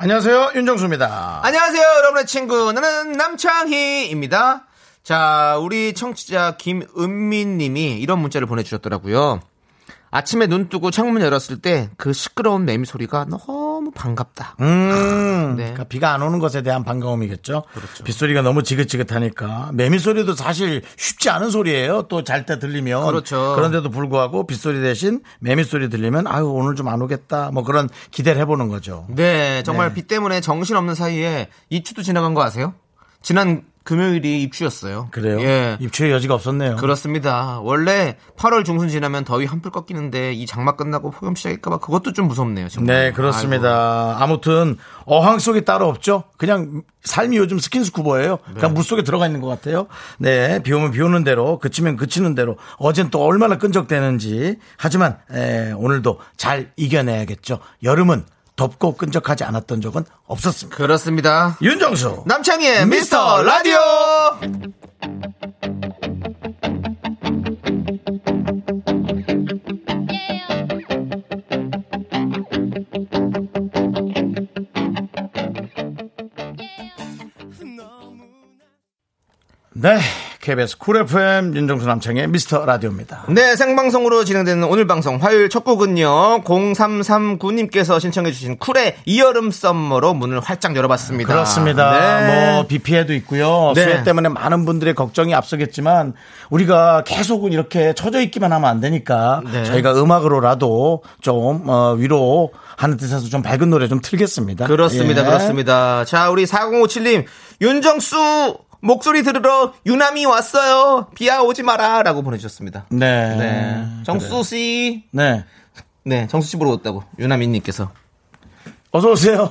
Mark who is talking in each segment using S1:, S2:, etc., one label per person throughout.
S1: 안녕하세요 윤정수입니다.
S2: 안녕하세요, 여러분의 친구. 나는 남창희입니다. 자, 우리 청취자 김은민 님이 이런 문자를 보내주셨더라고요. 아침에 눈 뜨고 창문 열었을 때 그 시끄러운 매미 소리가 너무 반갑다.
S1: 음,
S2: 네.
S1: 그러니까 비가 안 오는 것에 대한 반가움이겠죠. 빗소리가 너무 지긋지긋하니까 매미 소리도 사실 쉽지 않은 소리예요. 또 잘 때 들리면
S2: 그렇죠.
S1: 런데도 불구하고 빗소리 대신 매미 소리 들리면 아유 오늘 좀 안 오겠다. 뭐 그런 기대를 해보는 거죠.
S2: 네, 정말
S1: 네.
S2: 비 때문에 정신없는 사이에 입추도 지나간 거 아세요? 지난 금요일이 입추였어요.
S1: 그래요?
S2: 예.
S1: 입추의 여지가 없었네요.
S2: 그렇습니다. 원래 8월 중순 지나면 더위 한풀 꺾이는데 이 장마 끝나고 폭염 시작일까봐 그것도 좀 무섭네요. 정말.
S1: 네, 그렇습니다. 아무튼 어항 속이 따로 없죠. 그냥 삶이 요즘 스킨스쿠버예요. 그냥 물 속에 들어가 있는 것 같아요. 네, 비 오면 비 오는 대로, 그치면 그치는 대로. 어젠 또 얼마나 끈적대는지. 하지만 에, 오늘도 잘 이겨내야겠죠. 여름은 덥고 끈적하지 않았던 적은 없었습니다.
S2: 그렇습니다.
S1: 윤정수
S2: 남창희의 미스터 라디오
S1: 네, KBS 쿨 FM 윤정수 남창의 미스터 라디오입니다.
S2: 네 생방송으로 진행되는 오늘 방송 화요일 첫 곡은요 0339님께서 신청해주신 쿨의 이여름 썸머로 문을 활짝 열어봤습니다
S1: 그렇습니다.
S2: 네.
S1: 뭐 비 피해도 있고요.
S2: 네.
S1: 수해 때문에 많은 분들의 걱정이 앞서겠지만 우리가 계속은 이렇게 처져 있기만 하면 안 되니까
S2: 네.
S1: 저희가 음악으로라도 좀 어, 위로하는 뜻에서 좀 밝은 노래 좀 틀겠습니다.
S2: 그렇습니다
S1: 예.
S2: 그렇습니다 자 우리 4057님 윤정수 목소리 들으러 유남이 왔어요 비야 오지 마라 라고 보내주셨습니다
S1: 네.
S2: 네 정수씨
S1: 네.
S2: 네 정수씨 보러 왔다고 유남이님께서
S1: 어서 오세요.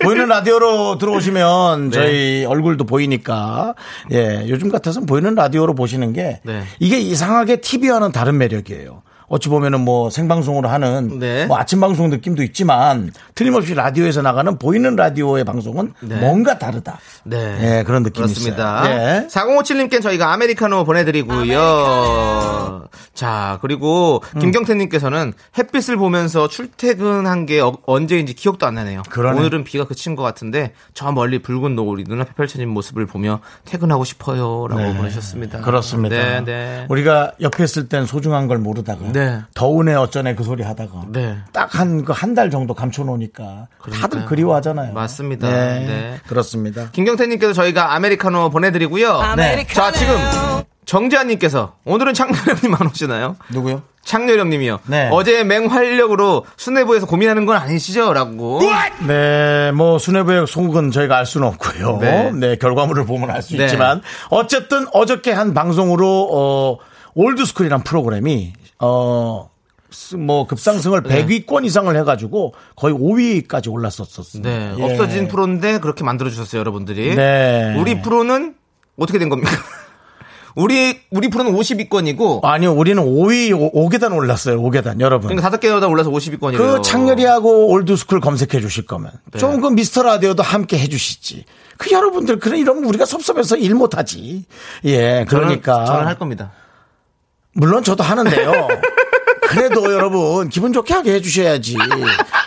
S1: 보이는 라디오로
S2: 네.
S1: 들어오시면 저희 얼굴도 보이니까 예 요즘 같아서는 보이는 라디오로 보시는 게
S2: 네.
S1: 이게 이상하게 TV와는 다른 매력이에요. 어찌 보면은 뭐 생방송으로 하는
S2: 네.
S1: 뭐 아침 방송 느낌도 있지만 틀림없이 라디오에서 나가는 보이는 라디오의 방송은 뭔가 다르다.
S2: 네.
S1: 예, 그런 느낌이
S2: 그렇습니다.
S1: 있어요. 예.
S2: 4057님께는 저희가 아메리카노 보내드리고요. 자, 그리고
S1: 음.
S2: 김경태님께서는 햇빛을 보면서 출퇴근한 게 어- 언제인지 기억도 안 나네요.
S1: 그러네.
S2: 오늘은 비가 그친 것 같은데 저 멀리 붉은 노을이 눈앞에 펼쳐진 모습을 보며 퇴근하고 싶어요. 라고 보내셨습니다.
S1: 네. 그렇습니다.
S2: 네, 네.
S1: 우리가 옆에 있을 땐 소중한 걸 모르다가
S2: 네.
S1: 더운에 어쩌네 그 소리 하다가
S2: 네.
S1: 딱 한 그 한 달 정도 감춰놓으니까 다들
S2: 그러니까요.
S1: 그리워하잖아요.
S2: 맞습니다.
S1: 네.
S2: 네.
S1: 그렇습니다.
S2: 김경태님께서 저희가 아메리카노 보내드리고요.
S1: 네.
S2: 자, 지금 정재환님께서 오늘은 창렬형님 안 오시나요?
S1: 누구요?
S2: 창렬형님이요.
S1: 네.
S2: 어제 맹활력으로 수뇌부에서 고민하는 건 아니시죠?라고.
S1: 네, 뭐 수뇌부의 속은 저희가 알 수는 없고요. 네,
S2: 네.
S1: 결과물을 보면 알 수
S2: 네.
S1: 있지만 어쨌든 어저께 한 방송으로 어 올드스쿨이란 프로그램이 어. 스- 뭐 급상승을
S2: 네.
S1: 100위권 이상을 해가지고 거의 5위까지 올랐었었어요.
S2: 네.
S1: 예.
S2: 없어진 프로인데 그렇게 만들어 주셨어요, 여러분들이.
S1: 네.
S2: 우리 프로는 어떻게 된 겁니까? 우리 우리 프로는 50위권이고
S1: 아니요, 우리는 5위, 5계단 올랐어요, 5계단. 여러분.
S2: 그러니까 다섯 개다 올라서 50위권이에요. 네.
S1: 그 창렬이하고 올드스쿨 검색해 주실 거면 좀 그 미스터 라디오도 함께 해 주시지. 그 여러분들, 그런 이러면 우리가 섭섭해서 일 못하지. 예, 그러니까.
S2: 저는, 저는 할 겁니다.
S1: 물론 저도 하는데요. 그래도 여러분 기분 좋게 하게 해주셔야지.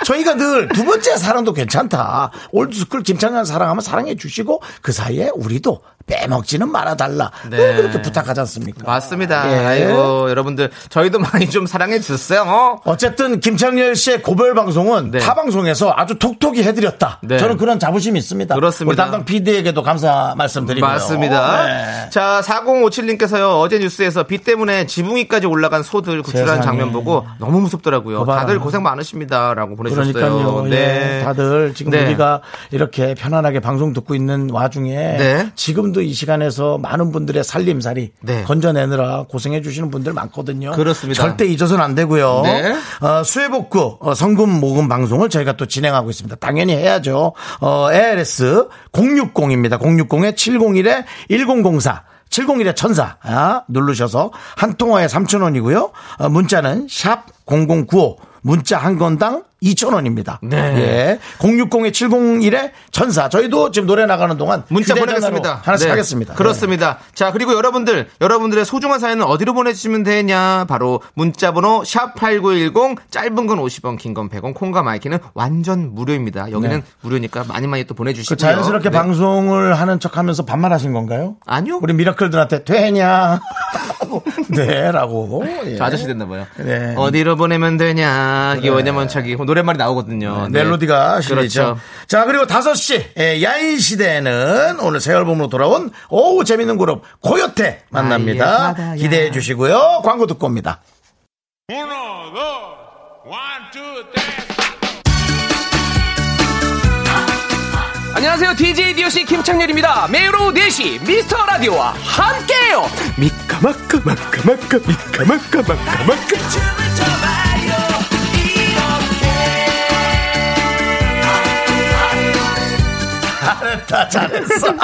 S1: 저희가 늘 두 번째 사랑도 괜찮다. 올드스쿨 김창현 사랑하면 사랑해 주시고 그 사이에 우리도 빼먹지는 말아달라. 늘
S2: 네.
S1: 그렇게 부탁하지 않습니까?
S2: 맞습니다.
S1: 예.
S2: 아이고 여러분들 저희도 많이 좀 사랑해 주세요. 어?
S1: 어쨌든 김창렬 씨의 고별 방송은
S2: 네.
S1: 타 방송에서 아주 톡톡히 해드렸다.
S2: 네.
S1: 저는 그런 자부심이 있습니다.
S2: 그렇습니다.
S1: 우리 담당 PD에게도 감사 말씀드리고요.
S2: 맞습니다.
S1: 네.
S2: 자, 4057님께서요, 어제 뉴스에서 비 때문에 지붕이까지 올라간 소들 구출한
S1: 세상에.
S2: 장면 보고 너무 무섭더라고요.
S1: 봐봐라.
S2: 다들 고생 많으십니다라고 보내주셨어요.
S1: 그러니까요. 예, 다들 지금
S2: 네.
S1: 우리가 이렇게 편안하게 방송 듣고 있는 와중에
S2: 네.
S1: 지금도 이 시간에서 많은 분들의 살림살이
S2: 네.
S1: 건져내느라 고생해 주시는 분들 많거든요.
S2: 그렇습니다.
S1: 절대 잊어서는 안 되고요.
S2: 네.
S1: 어, 수혜복구 어, 성금 모금 방송을 저희가 또 진행하고 있습니다. 당연히 해야죠. 어, ALS 060입니다. 060에 701에 1004. 701의 천사 아, 누르셔서 한 통화에 3,000원이고요. 어, 문자는 샵 0095 문자 한 건당 2,000원입니다. 네. 060에 701에 천사. 저희도 지금 노래 나가는 동안
S2: 문자
S1: 휴대전화로
S2: 보내겠습니다.
S1: 하나씩
S2: 네,
S1: 하겠습니다.
S2: 그렇습니다. 자, 그리고 여러분들, 여러분들의 소중한 사연은 어디로 보내주시면 되냐? 바로 문자번호 샵8910, 짧은 건 50원, 긴 건 100원, 콩과 마이키는 완전 무료입니다. 여기는 무료니까 많이 많이 또
S1: 네.
S2: 보내주시고요.
S1: 그 자연스럽게
S2: 네.
S1: 방송을 하는 척 하면서 반말하신 건가요?
S2: 아니요.
S1: 우리 미라클들한테 되냐? 네, 라고. 예.
S2: 저 아저씨 됐나봐요.
S1: 네.
S2: 어디로 보내면 되냐? 이게 왜냐면 자기 노랫말이 나오거든요. 네.
S1: 멜로디가 실리죠.
S2: 그렇죠.
S1: 자, 그리고 5시, 예, 야인 시대에는 오늘 새 앨범으로 돌아온 오우 재밌는 그룹 고요태
S2: 나의
S1: 만납니다.
S2: 아, 예. 바다야.
S1: 기대해 주시고요. 광고 듣고 옵니다.
S3: 안녕하세요. DJ DOC 김창렬입니다. 매일 오후 4시 미스터 라디오와 함께해요.
S1: 다 잘했어.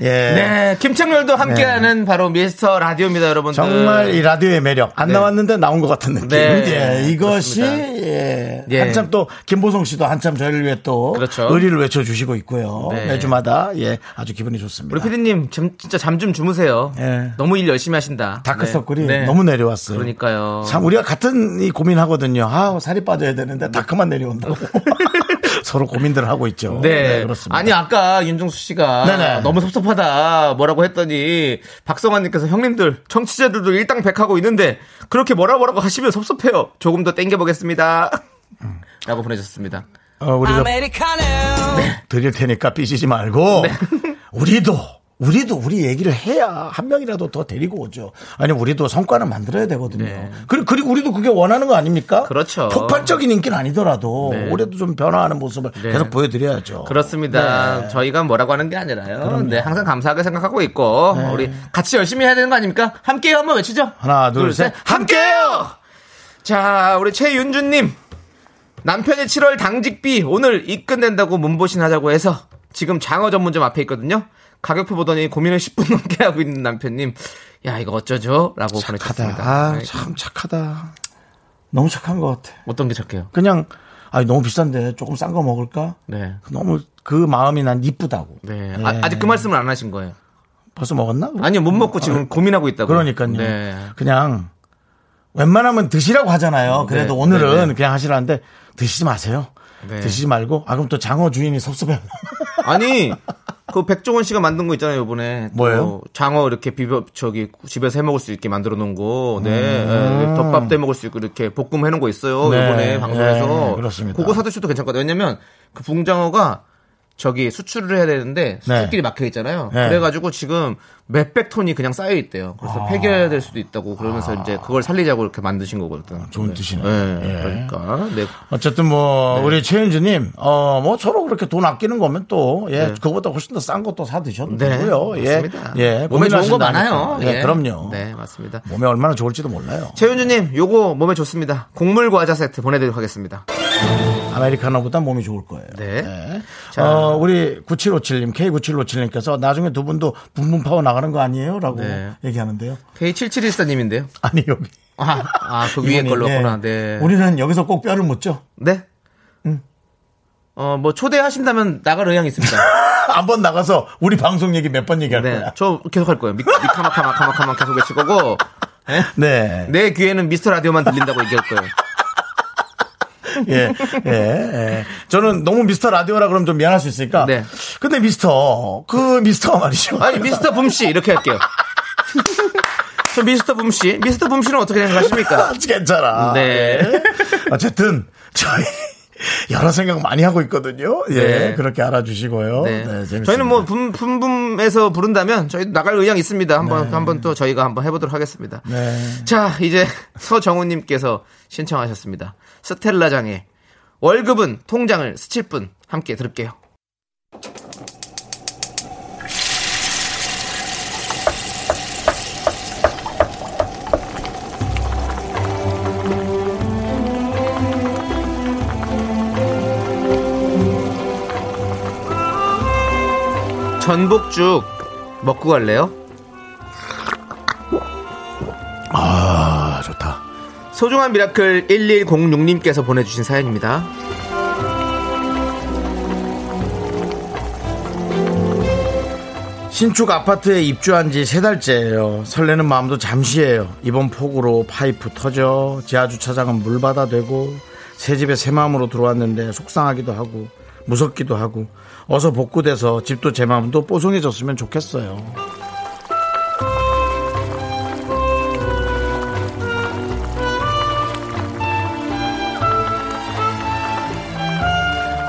S1: 예.
S2: 네, 김창렬도 함께하는 바로 미스터 라디오입니다, 여러분들.
S1: 네. 정말 이 라디오의 매력 안 나왔는데 나온 것 같은 느낌.
S2: 네.
S1: 예, 이것이
S2: 그렇습니다.
S1: 예,
S2: 예.
S1: 한참 또 김보성 씨도 한참 저희를 위해 또
S2: 그렇죠.
S1: 의리를 외쳐 주시고 있고요.
S2: 네.
S1: 매주마다 예 아주 기분이 좋습니다.
S2: 우리 피디님 잠- 진짜 잠 좀 주무세요.
S1: 예.
S2: 너무 일 열심히 하신다.
S1: 다크서클이
S2: 네. 네.
S1: 너무 내려왔어요.
S2: 그러니까요.
S1: 참 우리가 같은 이 고민하거든요. 아 살이 빠져야 되는데 다크만 내려온다고 서로 고민들을 하고 있죠.
S2: 네.
S1: 그렇습니다.
S2: 아니 아까 윤종수 씨가
S1: 네네.
S2: 너무 섭섭하다 뭐라고 했더니 박성환님께서 형님들 청취자들도 일당백하고 있는데 그렇게 뭐라 뭐라고 하시면 섭섭해요. 조금 더 땡겨보겠습니다.
S1: 음.
S2: 라고 보내셨습니다.
S1: 어, 우리가 드릴 테니까 삐지지 말고
S2: 네.
S1: 우리도 우리도 우리 얘기를 해야 한 명이라도 더 데리고 오죠. 아니 우리도 성과는 만들어야 되거든요. 그리고, 그리고 우리도 그게 원하는 거 아닙니까?
S2: 네. 그렇죠. 네.
S1: 폭발적인 인기는 아니더라도 우리도 좀 변화하는 모습을 계속 보여드려야죠.
S2: 그렇습니다.
S1: 네.
S2: 저희가 뭐라고 하는 게 아니라요. 네, 항상 감사하게 생각하고 있고 우리 같이 열심히 해야 되는 거 아닙니까? 함께요 한번 외치죠.
S1: 네. 하나, 둘, 셋.
S2: 함께요. 자, 우리 최윤주님 남편이 7월 당직비 오늘 입금된다고 문보신 하자고 해서 지금 장어 전문점 앞에 있거든요. 가격표 보더니 고민을 10분 넘게 하고 있는 남편님, 야 이거 어쩌죠?라고 보내셨습니다.
S1: 착하다.
S2: 아이,
S1: 참 착하다. 너무 착한 것 같아.
S2: 어떤 게 착해요?
S1: 그냥 아니 너무 비싼데 조금 싼 거 먹을까?
S2: 네,
S1: 너무 그 마음이 난 이쁘다고. 예.
S2: 네. 아, 아직 그 말씀을 안 하신 거예요.
S1: 벌써 먹었나?
S2: 아니요, 못 먹고 지금 고민하고 있다고.
S1: 어, 그러니까요.
S2: 네.
S1: 그냥 웬만하면 드시라고 하잖아요. 그래도
S2: 네,
S1: 오늘은
S2: 네, 네.
S1: 그냥 하시라는데 드시지 마세요.
S2: 네.
S1: 드시지 말고 아 그럼 또 장어 주인이 섭섭해.
S2: 아니 그 백종원 씨가 만든 거 있잖아요 이번에
S1: 뭐예요?
S2: 그 장어 이렇게 비벼 저기 집에서 해 먹을 수 있게 만들어 놓은 거, 네 예, 덮밥도 해 먹을 수 있고 이렇게 볶음 해 놓은 거 있어요
S1: 음. 네,
S2: 이번에 방송에서
S1: 네, 그렇습니다.
S2: 그거 사드셔도 괜찮거든요. 왜냐면 그 붕장어가 저기 수출을 해야 되는데 수출길이 막혀 있잖아요.
S1: 네.
S2: 그래가지고 지금 몇백 톤이 그냥 쌓여 있대요.
S1: 아.
S2: 그래서 폐기해야 될 수도 있다고 그러면서 이제 그걸 살리자고 이렇게 만드신 거거든요.
S1: 좋은 뜻이네.
S2: 네,
S1: 예.
S2: 그러니까 네,
S1: 어쨌든 뭐 우리 최윤주님 어 뭐 서로 그렇게 돈 아끼는 거면 또예 그거보다 훨씬 더 싼 것도 사 드셔도
S2: 네,
S1: 되고요. 예,
S2: 맞습니다.
S1: 예
S2: 몸에 좋은 거
S1: 고민하신다니까.
S2: 많아요.
S1: 예,
S2: 예.
S1: 그럼요. 뭐.
S2: 네, 맞습니다.
S1: 몸에 얼마나 좋을지도 몰라요.
S2: 최윤주님, 요거 몸에 좋습니다. 곡물 과자 세트 보내드리도록 하겠습니다.
S1: 아메리카노보다 몸이 좋을 거예요.
S2: 네. 자.
S1: 어, 우리 9757님, K9757님께서 나중에 두 분도 붐붐 파워 나가는 거 아니에요? 라고
S2: 네.
S1: 얘기하는데요.
S2: K7714님인데요.
S1: 아니, 여기.
S2: 아, 아, 그 위에
S1: 이분이,
S2: 걸로
S1: 예.
S2: 왔구나. 네.
S1: 우리는 음. 여기서 꼭 뼈를 묻죠.
S2: 네? 어, 뭐 초대하신다면 나갈 의향이 있습니다.
S1: 한번 나가서 우리 방송 얘기 몇 번 얘기할
S2: 네.
S1: 거야.
S2: 저 계속 할 거예요. 미, 미카마카마카마카마 계속 외칠 거고. 예?
S1: 네.
S2: 내 귀에는 미스터 라디오만 들린다고 얘기할 거예요.
S1: 예. 예. 예. 저는 너무 미스터 라디오라 그러면 좀 미안할 수 있으니까.
S2: 네.
S1: 근데 미스터, 그 미스터가 말이죠.
S2: 아니, 미스터 붐씨 이렇게 할게요. 저 미스터 붐씨,
S1: 아, 네.
S2: 미스터 붐씨는 어떻게 생각하십니까?
S1: 괜찮아.
S2: 네.
S1: 어쨌든 예. 저희 여러 생각 많이 하고 있거든요. 예,
S2: 네.
S1: 그렇게 알아주시고요. 네,
S2: 네.
S1: 재밌습니다.
S2: 저희는 뭐 붐, 붐붐에서 부른다면 저희 나갈 의향 있습니다. 한번 한번 또 저희가 한번 해보도록 하겠습니다.
S1: 네.
S2: 자 이제 서정우님께서 신청하셨습니다. 스텔라장의 월급은 통장을 스칠 뿐 함께 들을게요. 전복죽 먹고 갈래요?
S1: 아, 좋다.
S2: 소중한 미라클 1106님께서 보내주신 사연입니다.
S1: 신축 아파트에 입주한 지 세 달째예요. 설레는 마음도 잠시예요. 이번 폭우로 파이프 터져 지하 주차장은 물바다 되고 새 집에 새 마음으로 들어왔는데 속상하기도 하고 무섭기도 하고 어서 복구돼서 집도 제 마음도 뽀송해졌으면 좋겠어요.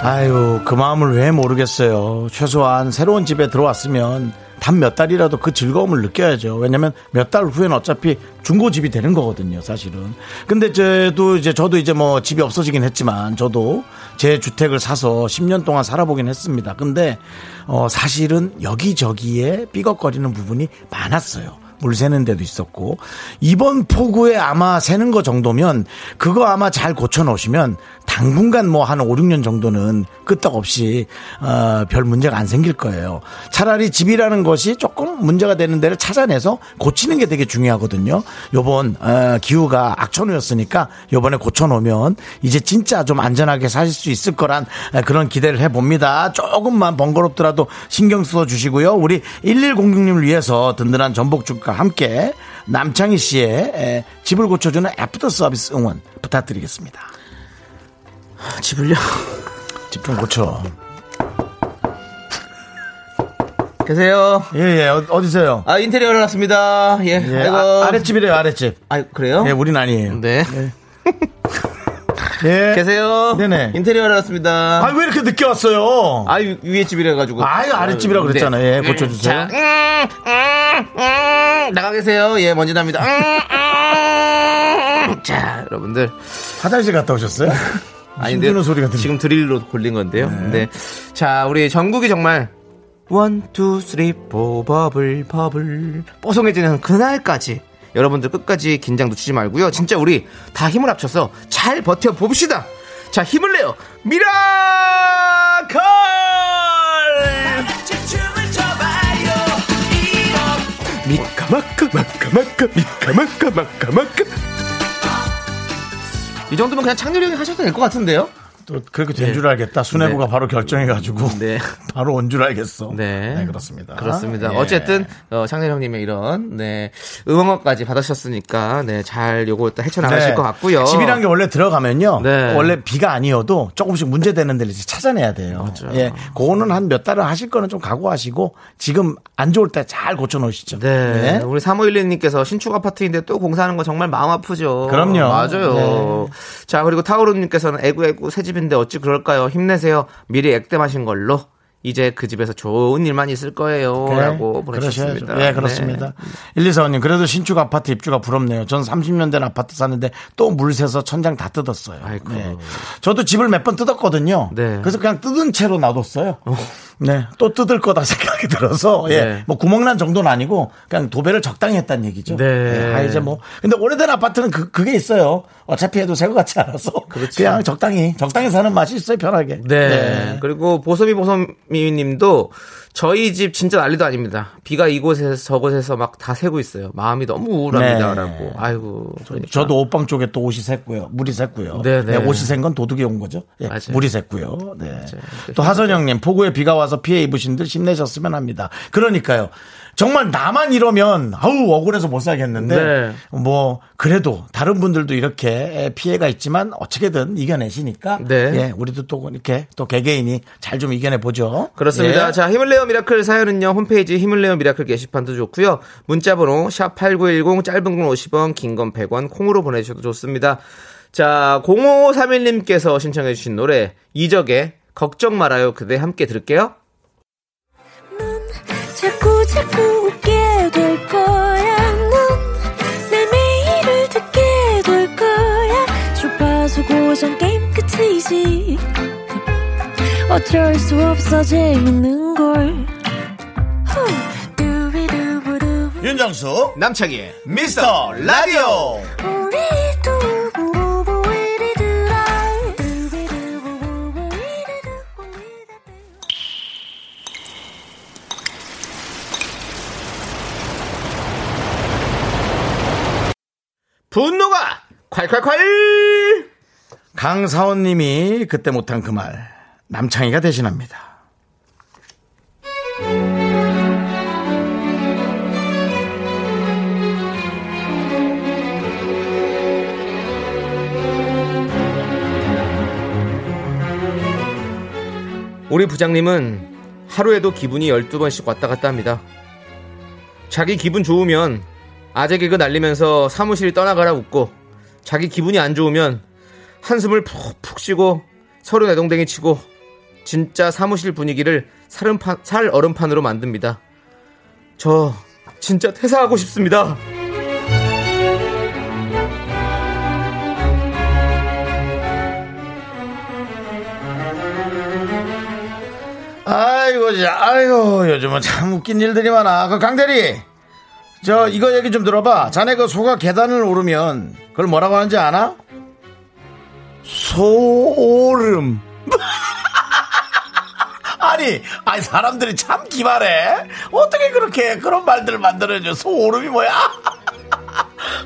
S1: 아유 그 마음을 왜 모르겠어요 최소한 새로운 집에 들어왔으면 단 몇 달이라도 그 즐거움을 느껴야죠 왜냐면 몇 달 후엔 어차피 중고집이 되는 거거든요 사실은 근데 저도 이제 저도 이제 뭐 집이 없어지긴 했지만 저도 제 주택을 사서 10년 동안 살아보긴 했습니다 근데 어, 사실은 여기저기에 삐걱거리는 부분이 많았어요 물 새는 데도 있었고 이번 폭우에 아마 새는 거 정도면 그거 아마 잘 고쳐 놓으시면 당분간 뭐 한 5, 6년 정도는 끄떡없이 어, 별 문제가 안 생길 거예요. 차라리 집이라는 것이 조금 문제가 되는 데를 찾아내서 고치는 게 되게 중요하거든요. 요번 어, 기후가 악천후였으니까 요번에 고쳐 놓으면 이제 진짜 좀 안전하게 사실 수 있을 거란 에, 그런 기대를 해 봅니다. 조금만 번거롭더라도 신경 써 주시고요. 우리 1106님을 위해서 든든한 전복죽과 함께 남창희 씨의 에, 집을 고쳐주는 애프터 서비스 응원 부탁드리겠습니다.
S2: 아, 집을요?
S1: 집 좀 고쳐.
S2: 계세요.
S1: 예, 예, 어- 어디세요?
S2: 아 인테리어 올라왔습니다. 예.
S1: 예,
S2: 아이고.
S1: 아, 아랫집이래요, 아랫집.
S2: 아, 그래요?
S1: 예, 우린 아니에요.
S2: 네.
S1: 예.
S2: 계세요.
S1: 네네.
S2: 인테리어 올라왔습니다.
S1: 아, 왜 이렇게 늦게 왔어요?
S2: 아 위- 위에 집이라 가지고.
S1: 아유, 아랫집이라고 그랬잖아요. 예, 고쳐주세요.
S2: 자, 음, 음, 음, 나가 계세요. 예, 먼지 납니다. 음, 음. 자, 여러분들.
S1: 화장실 갔다 오셨어요?
S2: 아닌데요.
S1: 힘드는 소리가 들리네.
S2: 지금 드릴로 걸린 건데요. 네. 자, 우리 전국이 정말 원, 투, 쓰리, 포, 버블, 버블 뽀송해지는 그날까지 여러분들 끝까지 긴장 놓치지 말고요. 진짜 우리 다 힘을 합쳐서 잘 버텨 봅시다. 자, 힘을 내요. 미라클! 이 정도면 그냥 창렬이 형이 하셔도 될 것 같은데요?
S1: 또 그렇게 된 줄 알겠다. 수뇌부가 바로 결정해가지고
S2: 네.
S1: 바로 온 줄 알겠어.
S2: 네.
S1: 그렇습니다.
S2: 그렇습니다.
S1: 예.
S2: 어쨌든 어, 창렬 형님의 이런 네 응원까지 받으셨으니까 네잘 요거 또 헤쳐나가실
S1: 네.
S2: 것 같고요.
S1: 집이란 게 원래 들어가면요.
S2: 네.
S1: 원래 비가 아니어도 조금씩 문제되는 데를 이제 찾아내야 돼요. 예. 그거는 한 몇 달은 하실 거는 좀 각오하시고 지금 안 좋을 때 잘 고쳐놓으시죠.
S2: 네.
S1: 네.
S2: 우리 3512님께서 신축 아파트인데 또 공사하는 거 정말 마음 아프죠.
S1: 그럼요. 네.
S2: 맞아요. 자, 그리고 타오루님께서는 애구애구 새 집인데 어찌 그럴까요? 힘내세요. 미리 액땜하신 걸로. 이제 그 집에서 좋은 일만 있을 거예요.
S1: 네. 그래,
S2: 라고 네, 보내주셨습니다.
S1: 그러셔야죠. 예,
S2: 네,
S1: 그렇습니다. 124호님, 그래도 신축 아파트 입주가 부럽네요. 전 30년 된 아파트 샀는데 또 물 새서 천장 다 뜯었어요.
S2: 아이고.
S1: 네. 저도 집을 몇 번 뜯었거든요.
S2: 네.
S1: 그래서 그냥 뜯은 채로 놔뒀어요. 네. 또 뜯을 거다 생각이 들어서, 예.
S2: 네.
S1: 뭐 구멍난 정도는 아니고 그냥 도배를 적당히 했다는 얘기죠.
S2: 네.
S1: 아, 이제 뭐. 근데 오래된 아파트는 그, 그게 있어요. 어차피 해도 새거 같지 않아서. 그냥 적당히, 적당히 사는 맛이 있어요. 편하게.
S2: 그렇죠. 네. 그리고 보소미 보소미 님도 저희 집 진짜 난리도 아닙니다. 비가 이곳에서 저곳에서 막 다 새고 있어요. 마음이 너무 우울합니다.
S1: 네.
S2: 라고. 아이고. 그러니까.
S1: 저도 옷방 쪽에 또 옷이 샜고요. 물이 샜고요.
S2: 네,
S1: 네,
S2: 네.
S1: 옷이 샌 건 도둑이 온 거죠. 예,
S2: 맞아요. 그
S1: 물이 샜고요. 네. 또 하선영님 폭우에 비가 와서 피해 입으신들 힘내셨으면 합니다. 그러니까요. 정말 나만 이러면 아우 억울해서 못 살겠는데
S2: 네.
S1: 뭐 그래도 다른 분들도 이렇게 피해가 있지만 어떻게든 이겨내시니까
S2: 네.
S1: 예, 우리도 또 이렇게 또 개개인이 잘 좀 이겨내 보죠.
S2: 그렇습니다.
S1: 예.
S2: 자, 힘을 내요 미라클 사연은요. 홈페이지 힘을 내요 미라클 게시판도 좋고요. 문자 번호 샵 8910 짧은 건 50원, 긴 건 100원 콩으로 보내 주셔도 좋습니다. 자, 0531님께서 신청해주신 노래, 이적의 걱정 말아요 그대 함께 들을게요.
S4: 자꾸 자꾸 웃게 될 거야. 넌내 매일을 듣게 될 거야. 주파수 고정 게임 끝이지. 어쩔 수 없어 재밌는 걸. 후. 두비두부두.
S1: 윤정수
S2: 남창희의 미스터 라디오!
S4: 우리 두부부부 우리 두라. 두비두부부부 우리 두부 우리 두부.
S2: 분노가 콸콸콸!
S1: 강사원님이 그때 못한 그 말 남창희가 대신합니다.
S2: 우리 부장님은 하루에도 기분이 12번씩 왔다 갔다 합니다. 자기 기분 좋으면 아재 개그 날리면서 사무실 떠나가라 웃고 자기 기분이 안 좋으면 한숨을 푹푹 쉬고 서로 내동댕이 치고 진짜 사무실 분위기를 살음판, 살 얼음판으로 만듭니다. 저 진짜 퇴사하고 싶습니다.
S1: 아이고, 자, 아이고, 요즘은 참 웃긴 일들이 많아. 그 강대리, 저 이거 얘기 좀 들어봐. 자네 그 소가 계단을 오르면 그걸 뭐라고 하는지 아나? 소오름. 아니, 아니 사람들이 참 기발해. 어떻게 그렇게 그런 말들을 만들어줘? 소오름이 뭐야?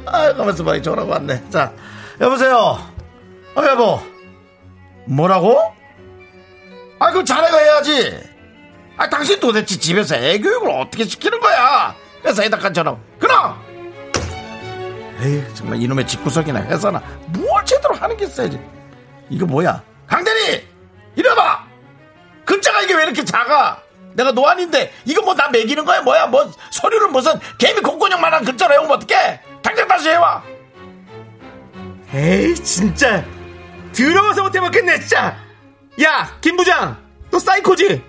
S1: 아, 가만있어 봐. 전화가 왔네. 자, 여보세요. 어, 여보. 뭐라고? 아, 그럼 자네가 해야지. 아, 당신 도대체 집에서 애교육을 어떻게 시키는 거야? 회사 해당간처럼. 그럼! 에이, 정말 이놈의 집구석이나 회사나 뭘 제대로 하는 게 있어야지. 이거 뭐야? 강대리! 이리 와봐! 급자가 이게 왜 이렇게 작아? 내가 노안인데, 이거 뭐 나 먹이는 거야? 뭐야? 뭐, 서류를 무슨 개미 콩고형만한 글자로 해오면 어떡해? 당장 다시 해와!
S2: 에이 진짜 더러워서 못해 먹겠네 진짜 야 김부장 너 사이코지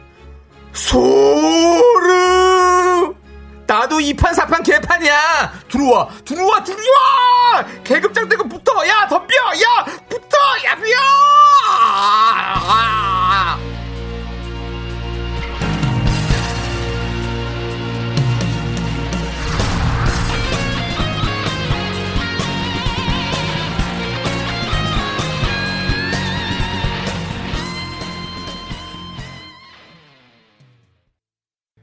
S2: 소름 나도 이판 사판 개판이야 들어와 들어와 들어와 계급장 되고 붙어 야 덤벼 야 붙어 야 아! 비어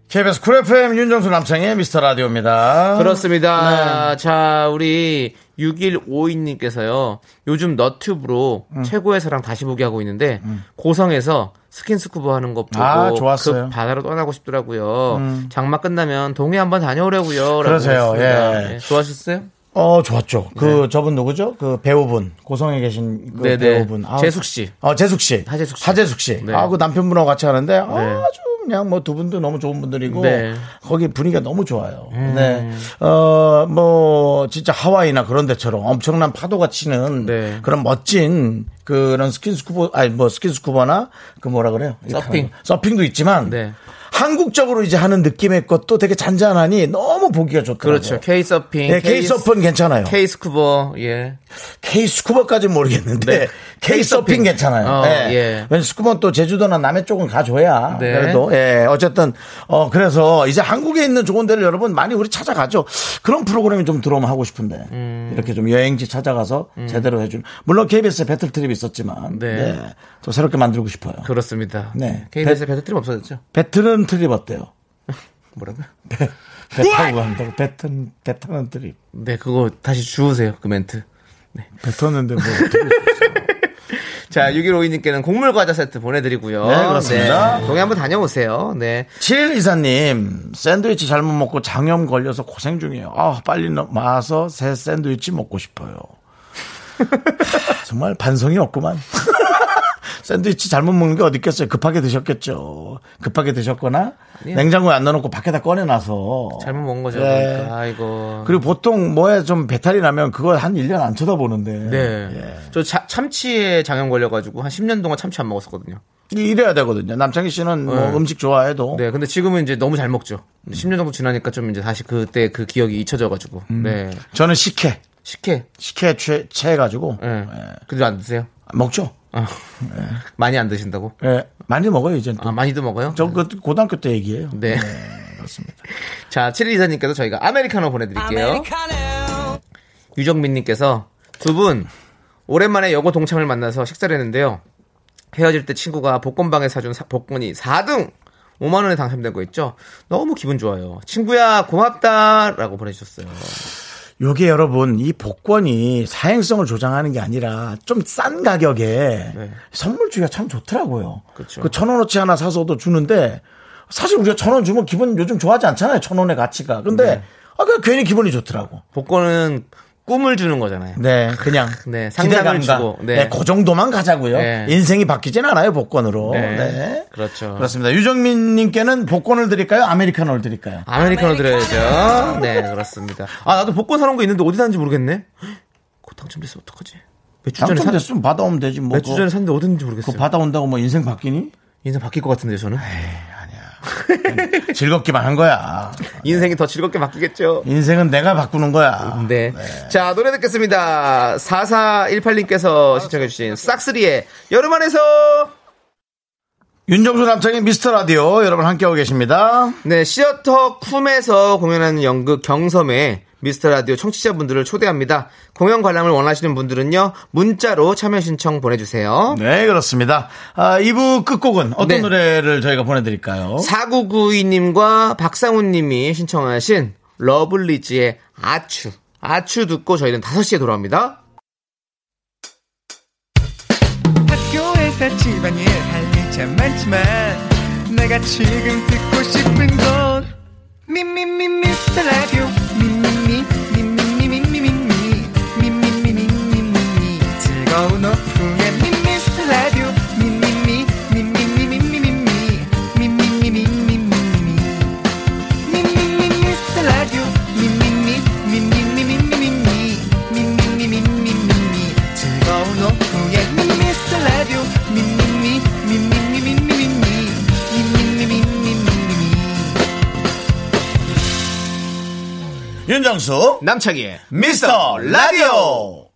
S1: KBS 쿨 FM 윤정수 남창의 미스터 라디오입니다.
S2: 그렇습니다
S1: 아, 네.
S2: 자 우리 6152님께서요 요즘 너튜브로
S1: 음.
S2: 최고의 사랑 다시 보기 하고 있는데 고성에서 스킨스쿠버 하는 거 보고
S1: 아, 좋았어요. 음.
S2: 급 바다로 떠나고 싶더라고요 장마 끝나면 동해 한번 다녀오려고요
S1: 그러세요, 예.
S2: 좋아하셨어요?
S1: 어, 좋았죠. 그 저분 누구죠? 그 배우분 고성에 계신 그
S2: 네. 네네.
S1: 배우분
S2: 재숙 씨.
S1: 어 재숙 씨,
S2: 하재숙 씨.
S1: 하재숙 씨.
S2: 네.
S1: 아그 남편분하고 같이 하는데 아주 그냥 뭐 두 분도 너무 좋은 분들이고
S2: 네. 음.
S1: 거기 분위기가 너무 좋아요. 네, 어뭐 진짜 하와이나 그런 데처럼 엄청난 파도가 치는
S2: 네.
S1: 그런 멋진 그런 스킨스쿠버 아니 뭐 스킨스쿠버나 그 뭐라 그래요?
S2: 서핑.
S1: 서핑도 있지만
S2: 네.
S1: 한국적으로 이제 하는 느낌의 것도 되게 잔잔하니 너무 보기가 좋더라고요.
S2: 그렇죠 K 서핑
S1: 네, K 서핑 괜찮아요.
S2: K 스쿠버 예
S1: K 스쿠버까지는 모르겠는데
S2: 네.
S1: K 서핑
S2: K-서핑.
S1: 괜찮아요.
S2: 어,
S1: 예.
S2: 예.
S1: 왜냐면 스쿠버는 또 제주도나 남해 쪽은 가줘야
S2: 네.
S1: 그래도 예. 어쨌든 어 그래서 이제 한국에 있는 좋은 데를 여러분 많이 우리 찾아가죠. 그런 프로그램이 좀 들어오면 하고 싶은데 이렇게 좀 여행지 찾아가서 제대로 해준 물론 KBS 에 배틀 트립 있었지만
S2: 네.
S1: 음. 네. 또 새롭게 만들고 싶어요.
S2: 그렇습니다
S1: 네.
S2: KBS에 배틀 트림 없어졌죠
S1: 배틀은 트립 어때요?
S2: 뭐라고요?
S1: 배 타고 간다고 배튼 배 타는 트립
S2: 네 그거 다시 주우세요 그 멘트
S1: 배 탔는데 뭐
S2: 자, 6152님께는 곡물 과자 세트 보내드리고요.
S1: 네, 그렇습니다.
S2: 네, 동해 한번 다녀오세요. 네.
S1: 7 이사님 샌드위치 잘못 먹고 장염 걸려서 고생 중이에요. 아 빨리 와서 새 샌드위치 먹고 싶어요. 정말 반성이 없구만. 샌드위치 잘못 먹는 게 어디 있겠어요? 급하게 드셨겠죠. 급하게 드셨거나 냉장고에 안 넣어놓고 밖에다 꺼내놔서
S2: 잘못 먹은 거죠.
S1: 예.
S2: 그러니까. 아이고.
S1: 그리고 보통 뭐에 좀 배탈이 나면 그걸 한 1년 안 쳐다보는데.
S2: 네.
S1: 예.
S2: 저 자- 참치에 장염 걸려가지고 한 10년 동안 참치 안 먹었었거든요.
S1: 이래야 되거든요. 남창희 씨는 뭐
S2: 네.
S1: 음식 좋아해도
S2: 네. 근데 지금은 이제 너무 잘 먹죠.
S1: 음.
S2: 10년 정도 지나니까 좀 이제 다시 그때 그 기억이 잊혀져가지고.
S1: 음.
S2: 네.
S1: 저는 식혜,
S2: 식혜.
S1: 식혜 취- 취해가지고
S2: 예.
S1: 예.
S2: 그래도 안 드세요?
S1: 먹죠.
S2: 아.
S1: 네.
S2: 많이 안 드신다고?
S1: 예. 많이 먹어요 이제.
S2: 아, 많이도 먹어요?
S1: 저 그 고등학교 때 얘기예요.
S2: 네. 자, 712사님께서 저희가 아메리카노
S5: 네.
S2: 보내드릴게요. 유정민님께서 두 분 오랜만에 여고 동창을 만나서 식사를 했는데요. 헤어질 때 친구가 복권방에 사준 사- 복권이 4등 5만 원에 당첨된 거 있죠. 너무 기분 좋아요. 친구야 고맙다라고 보내주셨어요.
S1: 요게 여러분 이 복권이 사행성을 조장하는 게 아니라 좀 싼 가격에 선물 주기가 참 좋더라고요.
S2: 네. 그쵸.
S1: 그천 원어치 하나 사서도 주는데 사실 우리가 천 원 주면 기분 요즘 좋아하지 않잖아요. 천 원의 가치가. 근데
S2: 네.
S1: 아, 그 괜히 기분이 좋더라고.
S2: 복권은 꿈을 주는 거잖아요.
S1: 네, 그냥
S2: 네, 상상을 주고,
S1: 네.
S2: 네.
S1: 그 정도만 가자고요.
S2: 네.
S1: 인생이 바뀌진 않아요 복권으로. 네,
S2: 네, 그렇죠.
S1: 그렇습니다. 유정민님께는 복권을 드릴까요? 아메리카노를 드릴까요?
S2: 아메리카노 드려야죠. 네 그렇습니다. 아 나도 복권 사놓은 거 있는데 어디 사는지 모르겠네. 그 당첨됐으면 어떡하지? 몇 주 전에 사, 네,
S1: 당첨됐으면 받아오면 되지 뭐.
S2: 몇주 전에 샀는데 어딘지
S1: 그
S2: 모르겠어요.
S1: 받아온다고 뭐 인생 바뀌니?
S2: 인생 바뀔 것 같은데 요 저는.
S1: 즐겁기만 한 거야.
S2: 인생이 더 즐겁게 바뀌겠죠.
S1: 인생은 내가 바꾸는 거야.
S2: 네. 자, 노래 듣겠습니다. 4418님께서 신청해주신 싹스리의 여름 안에서.
S1: 윤정수 남창의 미스터 라디오 여러분 함께하고 계십니다.
S2: 네, 시어터 쿰에서 공연하는 연극 경섬에 미스터 라디오 청취자분들을 초대합니다. 공연 관람을 원하시는 분들은요, 문자로 참여 신청 보내주세요.
S1: 네, 그렇습니다. 아, 2부 끝곡은 어떤
S2: 네.
S1: 노래를 저희가 보내드릴까요?
S2: 4992님과 박상훈님이 신청하신 러블리즈의 아추. 아추 듣고 저희는 5시에 돌아옵니다.
S6: 학교에서 집안일 할 일 참 많지만 내가 지금 듣고 싶은 건 미미미 미스터 라디오 미미미 미미미 미미미 미미미 미미미 즐거운 오후에 미스터 라디오 미미미 미미미 미미미 미미미 미미미 미미미
S1: 윤정수
S2: 남창희의
S1: 미스터 라디오.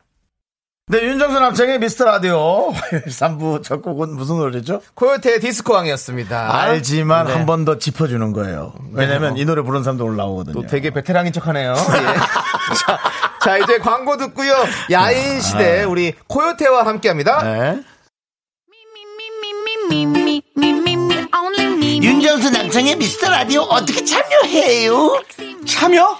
S1: 네, 윤정수 남창의 미스터 라디오 화요일 3부 첫 곡은 무슨 노래죠?
S2: 코요태의 디스코왕이었습니다.
S1: 알지만
S2: 네.
S1: 한 번 더 짚어주는 거예요. 왜냐면 이 노래 부른 사람도 올라오거든요.
S2: 또 되게 베테랑인 척하네요. 예. 자, 자, 이제 광고 듣고요.
S6: 네.
S2: 야인 시대 우리 코요태와 함께합니다.
S1: 네.
S7: 윤정수 남성의 미스터 라디오 어떻게 참여해요?
S6: 참여?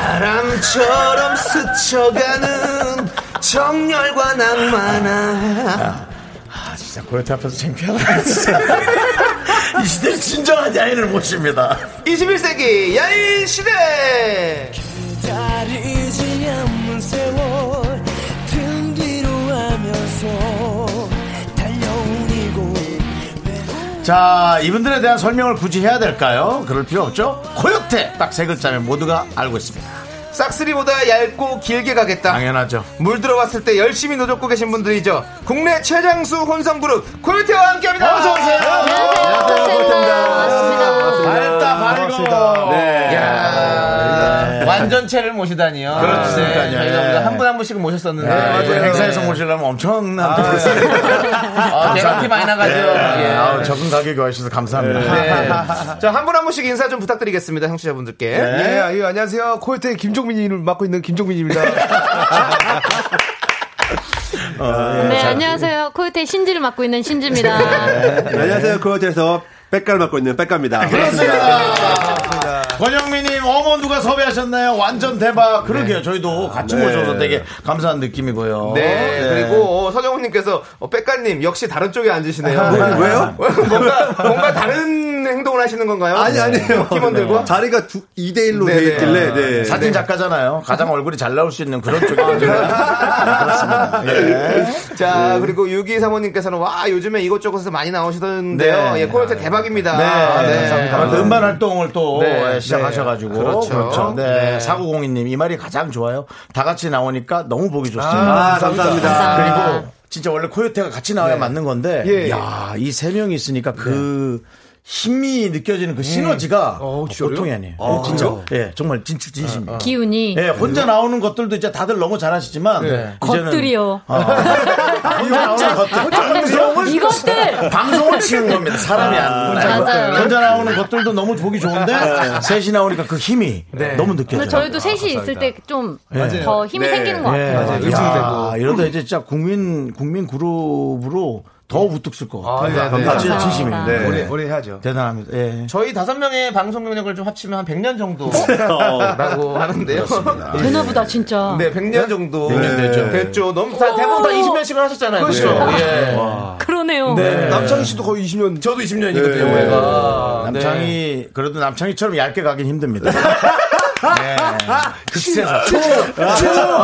S2: 바람처럼 스쳐가는 정열과 낭만아.
S1: 진짜 고요태 앞에서 창피하다. 진짜. 이 시대를 진정한 야인을 모십니다.
S2: 21세기 야인 시대.
S1: 자, 이분들에 대한 설명을 굳이 해야 될까요? 그럴 필요 없죠? 고요태! 딱 세 글자면 모두가 알고 있습니다.
S2: 싹스리보다 얇고 길게 가겠다.
S1: 당연하죠.
S2: 물 들어왔을 때 열심히 노젓고 계신 분들이죠. 국내 최장수 혼성 그룹 코요태와 함께합니다.
S1: 어서오세요!
S2: 아, 반갑습니다.
S1: 밝다, 밝고. 네.
S2: 야 완전체를 모시다니요. 네.
S1: 그렇습니다요.
S2: 저희가
S1: 예.
S2: 한분 한 분씩은 모셨었는데 네.
S1: 네, 맞아요. 행사에서 모시려면 엄청난. 아,
S2: 아, 제가 티 많이 나가죠.
S1: 네. 예.
S2: 예.
S1: 아우, 적은 가격에 와주셔서 감사합니다.
S2: 네. 자, 한 분 한 분씩 인사 좀 부탁드리겠습니다, 청취자분들께. 네.
S8: 예, 아유, 안녕하세요. 코요태 김종민이를 맡고 있는 김종민입니다.
S9: 네, 안녕하세요. 코요태 신지를 맡고 있는 신지입니다.
S8: 네. 안녕하세요. 코요태에서 백가를 맡고 있는 백가입니다. 네.
S1: 그렇습니다. 권영민님 어머 누가 섭외하셨나요? 완전 대박. 그러게요. 저희도 같이
S8: 네.
S1: 모셔서 되게 감사한 느낌이고요.
S2: 네, 그리고 어, 서정훈님께서 어, 백가님 역시 다른 쪽에 아, 앉으시네요.
S8: 왜요?
S2: 뭔가 뭔가 다른 행동을 하시는 건가요?
S8: 아니, 아니에요.
S2: 팀원들과
S8: 자리가 두, 2대1로
S2: 네,
S8: 돼
S2: 네.
S8: 있길래, 네.
S1: 사진 작가잖아요. 가장 얼굴이 잘 나올 수 있는 그런 쪽이 그렇습니다. 예.
S2: 자 그리고 6 2 사모님께서는 와 요즘에 이것저것에서 많이 나오시던데요.
S1: 네.
S2: 예, 콜트 대박입니다.
S1: 네,
S2: 아, 네.
S1: 감사합니다. 또 음반 활동을 또
S2: 네,
S1: 예, 시작하셔가지고
S2: 그렇죠.
S1: 네,
S2: 네.
S1: 사구공이님 이 말이 가장 좋아요. 다 같이 나오니까 너무 보기 좋습니다.
S8: 아, 감사합니다.
S1: 그리고 진짜 원래 코요태가 같이 나와야 맞는 건데, 야, 이 세 명이 있으니까 그 힘이 느껴지는 그 시너지가 보통이 아니에요. 진짜? 예, 정말 진짜 진심이에요.
S9: 기운이.
S1: 예, 혼자 나오는 것들도 이제 다들 너무 잘하시지만 이제는
S9: 것들이요.
S1: 아. 혼자 나오는 것들.
S9: 이것들!
S1: 방송을 치는 겁니다. 사람이 안 네. 혼자,
S9: 맞아요.
S1: 혼자 나오는 것들도 너무 보기 좋은데 셋이 나오니까 그 힘이 너무
S9: 근데
S1: 느껴져요.
S9: 저희도 셋이 있을 때 좀 더 힘이
S8: 네.
S9: 생기는 것 같아요.
S1: 예. 맞아요. 야, 이러다 이제 진짜 국민 국민 그룹으로 더 우뚝 쓸 것 같아요.
S2: 네, 네.
S1: 아, 진짜 진심입니다.
S8: 네.
S1: 네.
S8: 오래
S1: 해야죠. 대단합니다. 예.
S2: 저희 다섯 명의 방송 경력을 좀 합치면 한 100년 정도라고 하는데요.
S9: 되나 보다, 진짜.
S2: 네, 100년 정도 네.
S1: 되죠.
S2: 됐죠. 너무 다 대부분 다 20년씩은 하셨잖아요. 그렇죠. 예.
S9: 그러네요.
S8: 남창희 씨도 거의 20년.
S2: 저도 20년이거든요.
S8: 네.
S2: 올해가.
S1: 남창이
S2: 네.
S1: 그래도 남창이처럼 얇게 가긴 힘듭니다. 네. 극세사. 초, 초,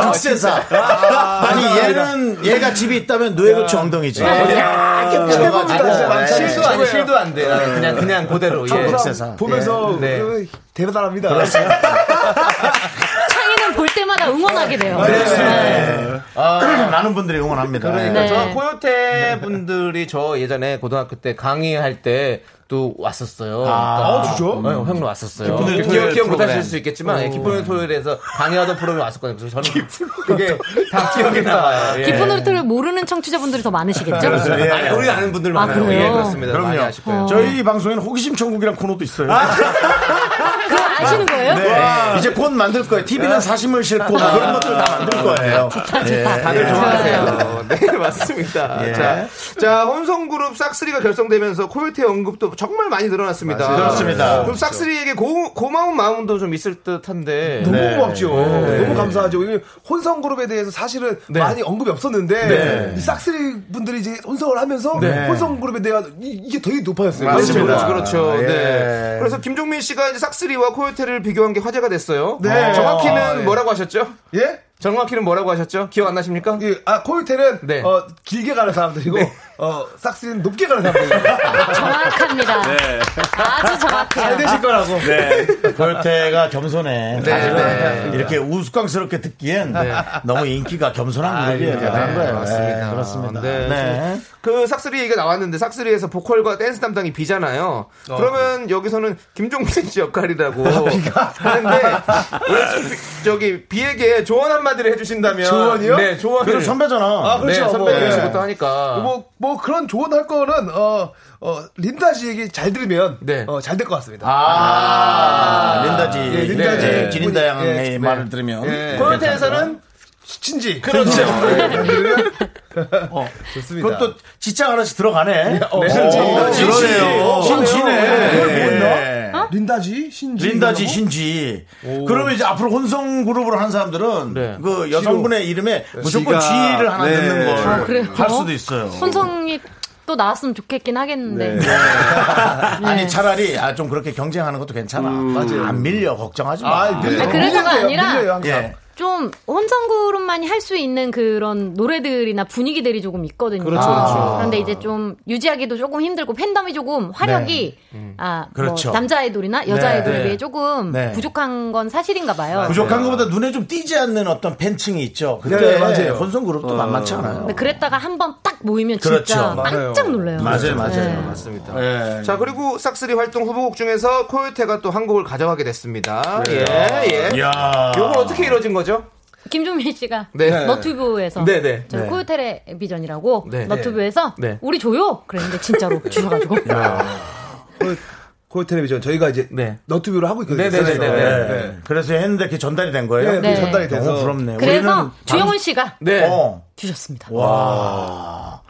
S1: 극세사. 아, 아니 얘는 얘가 집이 있다면 누에고치 엉덩이지.
S2: 아, 실도 안 돼, 실도 안 돼. 아, 그냥 그냥 그대로. 예.
S1: 극세사.
S8: 보면서
S2: 네.
S8: 그, 대단합니다.
S9: 창의는 볼 때마다 응원하게 돼요. 네.
S1: 네. 아, 많은 분들이 응원합니다.
S2: 그러니까
S9: 네.
S2: 저 코요태 분들이 저 예전에 고등학교 때 강의할 때 또 왔었어요. 아, 진짜? 네, 형님 왔었어요.
S1: 기쁨의 토요일
S2: 기억, 기억 못
S1: 프로그램.
S2: 하실 수 있겠지만, 예, 기쁨의 토요일에서 강의하던 프로그램 왔었거든요. 그래서 저는 그게 다 기억이 나요. 예.
S9: 깊은 놀이터를 모르는 청취자분들이 더 많으시겠죠?
S2: 아니, 우리 아는 그렇죠. 예. 분들
S9: 아,
S2: 많아요.
S9: 그래요?
S2: 네, 예, 그렇습니다.
S1: 그럼요.
S2: 많이 아실 거예요.
S1: 저희 방송에는 호기심 천국이란 코너도 있어요.
S9: 그거 아시는 거예요?
S1: 네. 이제 곧 만들 거예요. TV는 사심을 싣고 뭐 그런 것들 다 만들 거예요.
S2: 다들 좋아하세요. 네, 맞습니다. 자, 자, 혼성그룹 싹스리가 결성되면서 코요태 언급도 정말 많이 늘어났습니다.
S1: 그렇습니다.
S2: 그럼 싹스리에게 고, 고마운 마음도 좀 있을 듯 한데.
S8: 너무
S1: 네.
S8: 고맙죠. 너무 감사하죠. 왜냐면 혼성 그룹에 대해서 사실은 많이 언급이 없었는데
S1: 네.
S8: 이 싹쓸이 분들이 이제 혼성을 하면서 혼성 그룹에 대한 이- 이게 되게 높아졌어요.
S2: 그렇죠,
S1: 맞습니다.
S2: 그렇죠.
S1: 예.
S2: 네. 그래서 김종민 씨가 이제 싹스리와 코요태를 비교한 게 화제가 됐어요.
S8: 네.
S2: 정확히는 뭐라고 하셨죠?
S8: 예?
S2: 정확히는 뭐라고 하셨죠? 기억 안 나십니까?
S8: 이- 아 코요태는
S2: 네.
S8: 어, 길게 가는 사람들이고
S1: 네.
S8: 어, 싹쓸이는 높게 가는 사람들이고
S9: 정확합니다. 아주 정확해요.
S8: 되실 거라고.
S1: 볼테가 겸손해. 사실은
S2: 네.
S1: 이렇게 우스꽝스럽게 듣기엔 너무 인기가 겸손한 그룹이에요. 대단한 네. 아, 거예요. 네, 그렇습니다.
S2: 네.
S1: 네.
S2: 그 싹스리 얘기가 나왔는데 싹스리에서 보컬과 댄스 담당이 비잖아요. 그러면 여기서는 김종민 씨 역할이라고 하는데 왜 비- 저기 비에게 조언 한마디를 해주신다면
S8: 조언이요?
S2: 네, 조언.
S1: 그럼 선배잖아.
S2: 네,
S8: 그렇죠.
S2: 선배님이시부터
S8: 뭐,
S2: 하니까.
S8: 뭐, 뭐 그런 조언 할 거는 어, 어, 린다 씨 얘기 잘 들으면
S2: 네.
S8: 어, 잘 될 것 같습니다.
S1: 아, 린다지.
S8: 예, 린다지.
S1: 린다지.
S8: 예.
S1: 기린다 양의
S8: 예.
S1: 말을 들으면. 네.
S2: 코요태에서는
S8: 친지.
S2: 그렇죠.
S8: 좋습니다.
S1: 어. 그것도 지창 하나씩 들어가네. 네.
S8: 신지.
S1: 어,
S8: 그러네요. 뭐
S1: 신지네. 예.
S8: 어? 린다지 신지.
S1: 린다지 신지. 그러면 이제 앞으로 혼성 그룹으로 한 사람들은
S2: 네.
S1: 그 여성분의 이름에 무조건
S8: 네. 지가.
S1: G를 하나
S8: 네.
S1: 넣는 걸
S9: 아,
S1: 할
S9: 그래요?
S1: 수도 있어요.
S9: 혼성이 또 나왔으면 좋겠긴 하겠는데.
S8: 네.
S1: 아니 차라리 아, 좀 그렇게 경쟁하는 것도 괜찮아. 안 밀려 걱정하지 마.
S8: 음. 아, 밀려요.
S9: 아, 그래서가
S8: 밀려요,
S9: 아니라
S8: 밀려요, 항상.
S1: 예.
S9: 좀 혼성 그룹만이 할 수 있는 그런 노래들이나 분위기들이 조금 있거든요.
S8: 그렇죠,
S9: 런데 이제 좀 유지하기도 조금 힘들고 팬덤이 조금 화력이
S8: 네.
S9: 아,
S1: 그렇죠.
S9: 뭐 남자 아이돌이나 여자
S1: 네.
S9: 아이돌에
S1: 네.
S9: 비해 조금
S1: 네.
S9: 부족한 건 사실인가 봐요.
S1: 부족한 것보다 눈에 좀 띄지 않는 어떤 팬층이 있죠. 그때
S8: 네, 맞아요.
S1: 혼성 그룹도 만만치 않아요.
S9: 근데 그랬다가 한 번 딱 모이면 진짜
S1: 그렇죠.
S9: 깜짝 놀라요.
S1: 맞아요, 맞아요.
S2: 맞습니다.
S1: 예.
S2: 자 그리고 싹스리 활동 후보곡 중에서 코요태가 또 한 곡을 가져가게 됐습니다. 예, 예.
S1: 이야.
S2: 요건 어떻게 이루어진 거죠?
S9: 김종민 씨가
S2: 네.
S9: 너튜브에서
S2: 네, 네.
S9: 저희
S2: 네.
S9: 코요텔레비전이라고
S2: 네.
S9: 너튜브에서
S2: 네.
S9: 우리 줘요 그랬는데 진짜로 주셔가지고
S8: 코요 텔레비전 저희가 이제
S2: 네.
S8: 너튜브로 하고 있거든요.
S1: 네네네네.
S8: 그래서. 네.
S1: 그래서 했는데 이렇게 전달이 된 거예요.
S8: 네, 네. 전달이 돼서.
S1: 너무 부럽네요.
S9: 그래서 조영훈 씨가
S2: 네.
S8: 어,
S1: 주셨습니다. 와.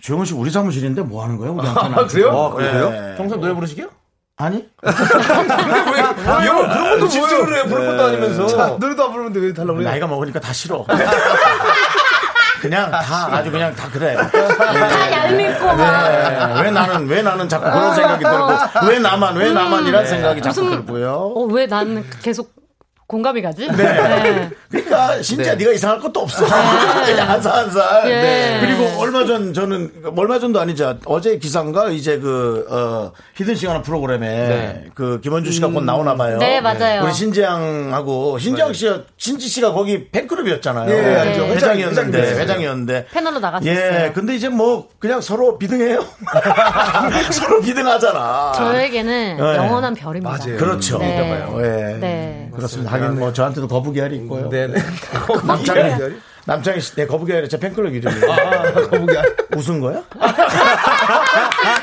S1: 조영훈 씨 우리 사무실인데 뭐 하는 거예요? 우리한테는 안 주고.
S2: 아, 그래요?
S1: 네.
S2: 정선 노래 부르시게요?
S1: 아니?
S2: 형 그런 것도 아, 집중을 해 부를 것도 아니면서.
S8: 네. 자, 노래도 안 부르는데 왜 달라고 그래?
S1: 나이가 먹으니까 다 싫어. 그냥 다 아주 그냥 다 그래.
S9: 다 얄밉고 막
S1: 네. 왜 나는 왜 나는 자꾸 그런 생각이 들고 왜 나만 왜 나만 이런 생각이 자꾸
S9: 무슨-
S1: 들고요.
S9: 어, 왜 나는 계속 공감이 가지?
S1: 네.
S9: 아,
S1: 그러니까 진짜 네. 가 이상할 것도 없어. 한살한 살.
S9: 예. 아, 네.
S1: 그리고 얼마 전 저는 얼마 전도 아니죠. 어제 기사인가 이제 그 어, 히든 시간의 프로그램에 그 김원주 씨가 곧 나오나 봐요.
S9: 네, 맞아요. 네.
S1: 우리 신지양하고 신지양 씨, 신지 씨가 거기 팬클럽이었잖아요. 네,
S8: 예, 알죠. 회장,
S1: 회장이었는데
S8: 회장님이었어요.
S1: 회장이었는데
S9: 패널로 나갔었어요.
S1: 예, 근데 이제 뭐 그냥 서로 비등해요. 서로 비등하잖아.
S9: 저에게는
S1: 네.
S9: 영원한 별입니다.
S1: 그렇죠.
S9: 네.
S1: 예.
S9: 네.
S1: 그렇습니다. 하긴 뭐 저한테도 거북이 알이 있고요.
S2: 네네.
S1: 남창희 남창희 씨, 내 거북이 알이 제 팬클럽 이름이에요. 아, 거북이 알. 웃은 거야?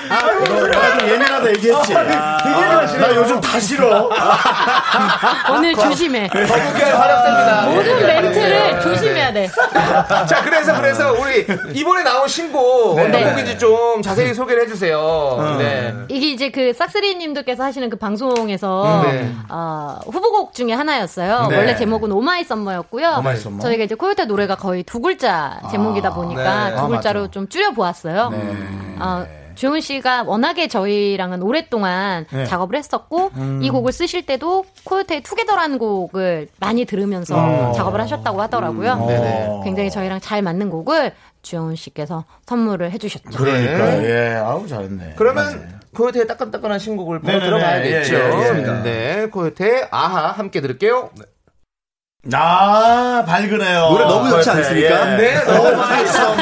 S1: 아좀 예민하다 얘기했지. 아, 나 요즘 다 싫어. 아,
S9: 오늘 조심해.
S1: 네.
S2: 거북이알 활약됩니다. 네,
S9: 모든 멘트를 조심해야 돼.
S2: 자, 그래서 그래서 우리 이번에 나온 신곡 어떤 곡인지 좀 자세히 소개를 해주세요. 네.
S9: 이게 이제 그 싹스리님들께서 하시는 그 방송에서
S2: 네.
S9: 어, 후보곡 중에 하나였어요.
S1: 음, 네.
S9: 원래 제목은 오마이 썸머였고요.
S1: 오마이 썸머. 아,
S9: 저희가 이제 코요태 노래가 거의 두 글자 제목이다 보니까
S1: 네. 아,
S9: 두 글자로
S1: 맞아. 네.
S9: 좀 줄여 보았어요. 어, 조은 씨가 워낙에 저희랑은 오랫동안
S1: 네. 음.
S9: 작업을 했었고 이 곡을 쓰실 때도 코요태의 투게더라는 곡을
S1: 음.
S9: 많이 들으면서 작업을 하셨다고 하더라고요.
S1: 네네.
S9: 굉장히 저희랑 잘 맞는 곡을 주영훈 씨께서 선물을 해주셨죠.
S1: 그러니까 예, 아우 잘했네.
S2: 그러면 코요태의 따끈따끈한 신곡을 바로
S1: 네네네.
S2: 들어가야겠죠.
S1: 예, 예, 알겠습니다.
S2: 네, 코요태 아하 함께 들을게요.
S1: 아 밝으네요. 예. 아,
S7: 노래 너무 좋지 않습니까?
S2: 네, 너무
S1: 맛있어.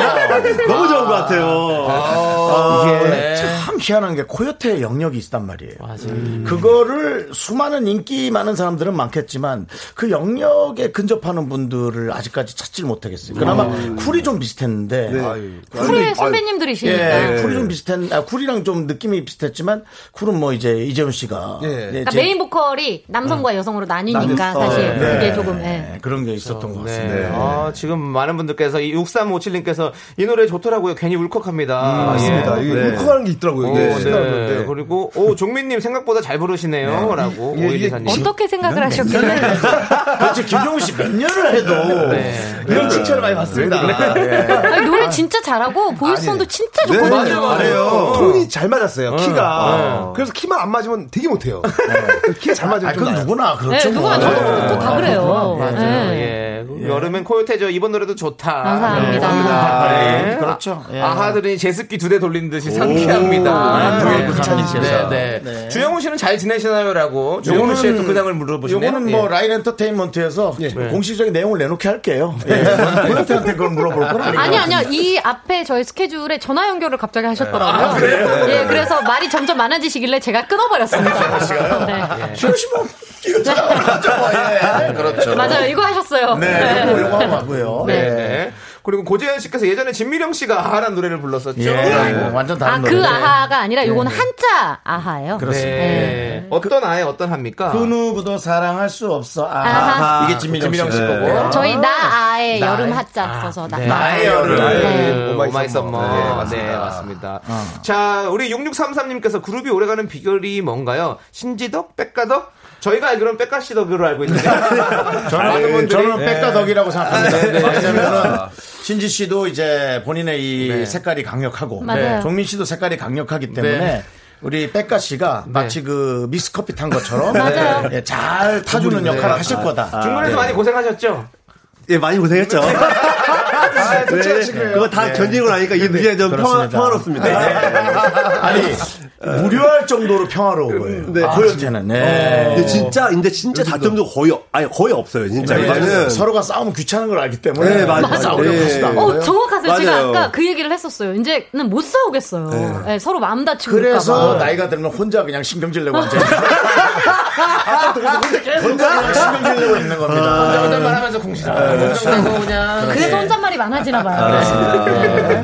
S7: 너무 좋은 것 같아요.
S1: 이게
S2: 네.
S1: 참 희한한 게 코요태의 영역이 있단 말이에요. 음.
S7: 음.
S1: 그거를 수많은 인기 많은 사람들은 많겠지만 그 영역에 근접하는 분들을 아직까지 찾질 못하겠어요. 그나마
S7: 음.
S1: 쿨이 좀 비슷했는데
S7: 네.
S1: 아,
S9: 쿨의
S1: 예,
S9: 선배님들이시니까.
S1: 쿨이 좀 비슷한 아, 쿨이랑 좀 느낌이 비슷했지만 쿨은 뭐 이제 이재훈 씨가
S7: 네.
S1: 예,
S9: 그러니까
S1: 제-
S9: 메인 보컬이 남성과 여성으로 나뉘니까
S8: 나뉘었어.
S9: 사실
S1: 네.
S9: 그게 조금 예.
S1: 그런 게 있었던 것
S2: 네.
S1: 같습니다.
S2: 아, 지금 많은 분들께서 이 6357님께서 이 노래 좋더라고요. 괜히 울컥합니다.
S8: 맞습니다.
S2: 예.
S8: 이게
S2: 네.
S8: 울컥하는 게
S10: 어,
S8: 있더라고요.
S2: 오,
S8: 이게
S2: 네.
S8: 신나는 건데.
S2: 그리고 오 종민님 생각보다 잘 부르시네요라고
S8: 예,
S2: 오일리사님.
S9: 어떻게 생각을 하셨길래
S1: 도대체 김종우 씨 몇 년을 해도
S2: 네.
S8: 이런 칭찬을 많이 받습니다.
S9: 아니, 노래 진짜 잘하고 보이스톤도 진짜
S8: 네,
S9: 좋거든요.
S8: 맞아요. 톤이 잘 맞았어요. 키가. 그래서 키만 안 맞으면 되게 못해요. 네. 키가 잘 맞으면
S1: 아,
S8: 좀
S1: 그건
S8: 나아요.
S1: 누구나
S9: 예,
S1: 그렇죠.
S9: 누구나
S1: 뭐.
S9: 저도 그렇고 다 그래요.
S2: 맞아요.
S9: 예.
S2: 예. 여름엔 코요태죠. 이번 노래도 좋다. 네.
S9: 감사합니다.
S2: 아, 감사합니다.
S1: 네, 그렇죠. 예.
S2: 아하들이 제습기 두 대 돌린 듯이 상쾌합니다.
S1: 두
S2: 네,
S1: 개 붙여주셔서.
S2: 네, 네. 주영훈 씨는 잘 지내시나요라고 주영훈 씨의 또 근황을
S9: 그렇죠.
S2: 물어보시네요.
S1: 요거는 뭐
S2: 예.
S1: 라인 엔터테인먼트에서 네. 공식적인 내용을 내놓게 할게요. 예. 코요태한테 그걸 물어볼 건 아니고.
S9: 아니 아니요 이 앞에 저희 스케줄에 전화 연결을 갑자기 하셨더라고요. 예, 그래서 말이 점점 많아지시길래 제가 끊어버렸습니다. 네.
S1: 그렇지 뭐. 이거 잘 알아죠. 예. 그렇죠.
S9: 맞아요, 이거 하셨어요.
S1: 네. 요거 요거 하고 가고요.
S2: 네. 네. 그리고 고재현 씨께서 예전에 진미령 씨가 아하란 노래를 불렀었죠.
S1: 예. 아이고, 완전 다른
S9: 아
S1: 노래.
S9: 그 아하가 아니라 요건 한자 아하예요.
S1: 그렇습니다.
S2: 네. 어떤 아예 어떤 합니까?
S1: 그 누구도 사랑할 수 없어. 아하.
S9: 아하.
S1: 이게 진민영
S2: 진민영 씨
S1: 씨.
S2: 거고.
S8: 어?
S1: 네.
S9: 저희
S2: 나아의-
S9: 나아의 여름
S8: 네.
S9: 핫자 써서 나.
S8: 아,
S1: 나의 여름.
S2: 네.
S8: 오마이
S2: 오마이 썸머.
S8: 썸머. 네,
S2: 네,
S8: 맞습니다.
S2: 맞습니다. 자, 우리 6633님께서 그룹이 오래가는 비결이 뭔가요? 신지덕? 백가덕? 저희가 알기로는 백가씨덕으로 알고 있는데. 많은
S1: 저는,
S2: 분들이-
S1: 아, 저는
S2: 네.
S1: 백가덕이라고 생각합니다. 왜냐면은 신지 씨도 이제 본인의 이 색깔이 강력하고 네.
S9: 맞아요.
S1: 종민 씨도 색깔이 강력하기 때문에
S2: 네.
S1: 우리 백가 씨가 마치 그 믹스커피 탄 것처럼
S9: 맞아요.
S1: 예,
S2: 아,
S1: 잘 타주는 역할을 하실 거다.
S2: 중간에서 많이 고생하셨죠?
S7: 예, 많이 고생했죠.
S8: 아, 솔직하시네요.
S10: 그거 다
S8: 네.
S10: 견디고 나니까 이게 굉장히 좀 평화,
S1: 그렇습니다.
S10: 평화롭습니다.
S1: 아니 무료할 정도로 평화로운 거예요.
S10: 네,
S1: 아,
S10: 거의
S1: 진짜는. 네.
S6: 어,
S10: 근데 진짜 근데 진짜 다툼도 거의 없- 아니 거의 없어요. 진짜
S1: 네,
S10: 이제는
S1: 맞아요. 서로가 싸우면 귀찮은 걸 알기 때문에
S10: 네, 맞아요.
S1: 싸우려고
S10: 네.
S1: 하지도 않아요.
S9: 어, 정확하세요. 제가
S1: 맞아요.
S9: 아까 그 얘기를 했었어요. 이제는 못 싸우겠어요. 네, 서로 마음 다치고.
S8: 아,
S1: 그래서
S8: 네.
S9: 올까봐.
S1: 어, 나이가 들면 혼자 그냥 신경질 내고 앉아 있는 거예요.
S8: 아,
S1: 혼자 그냥 신경질 내고 있는 겁니다.
S10: 아,
S2: 혼자 혼잣말 하면서 공시다.
S5: 어,
S2: 공정하고 그냥.
S9: 그래서 혼잣말이 많아지나 봐요.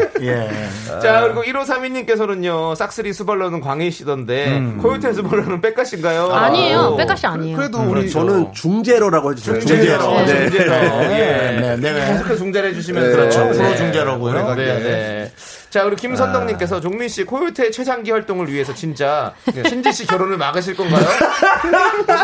S2: 자 그리고 1532님께서는요 싹쓸이 수발로는 광희씨던데 코요태 수발로는 백가씨인가요?
S9: 아니에요. 백가씨 아니에요.
S2: 어. 그래도 우리
S10: 저는 중재로라고 해주세요.
S2: 중재로.
S10: 중재로. 네.
S2: 중재로. 예.
S1: 네, 네.
S2: 계속해서 중재를 해주시면
S10: 네.
S2: 그렇죠.
S10: 프로
S1: 중재로고요.
S2: 네, 네. 자, 우리
S8: 아.
S2: 김선덕님께서 종민 씨 코요태 최장기 활동을 위해서 진짜 네, 신지 씨 결혼을 막으실 건가요?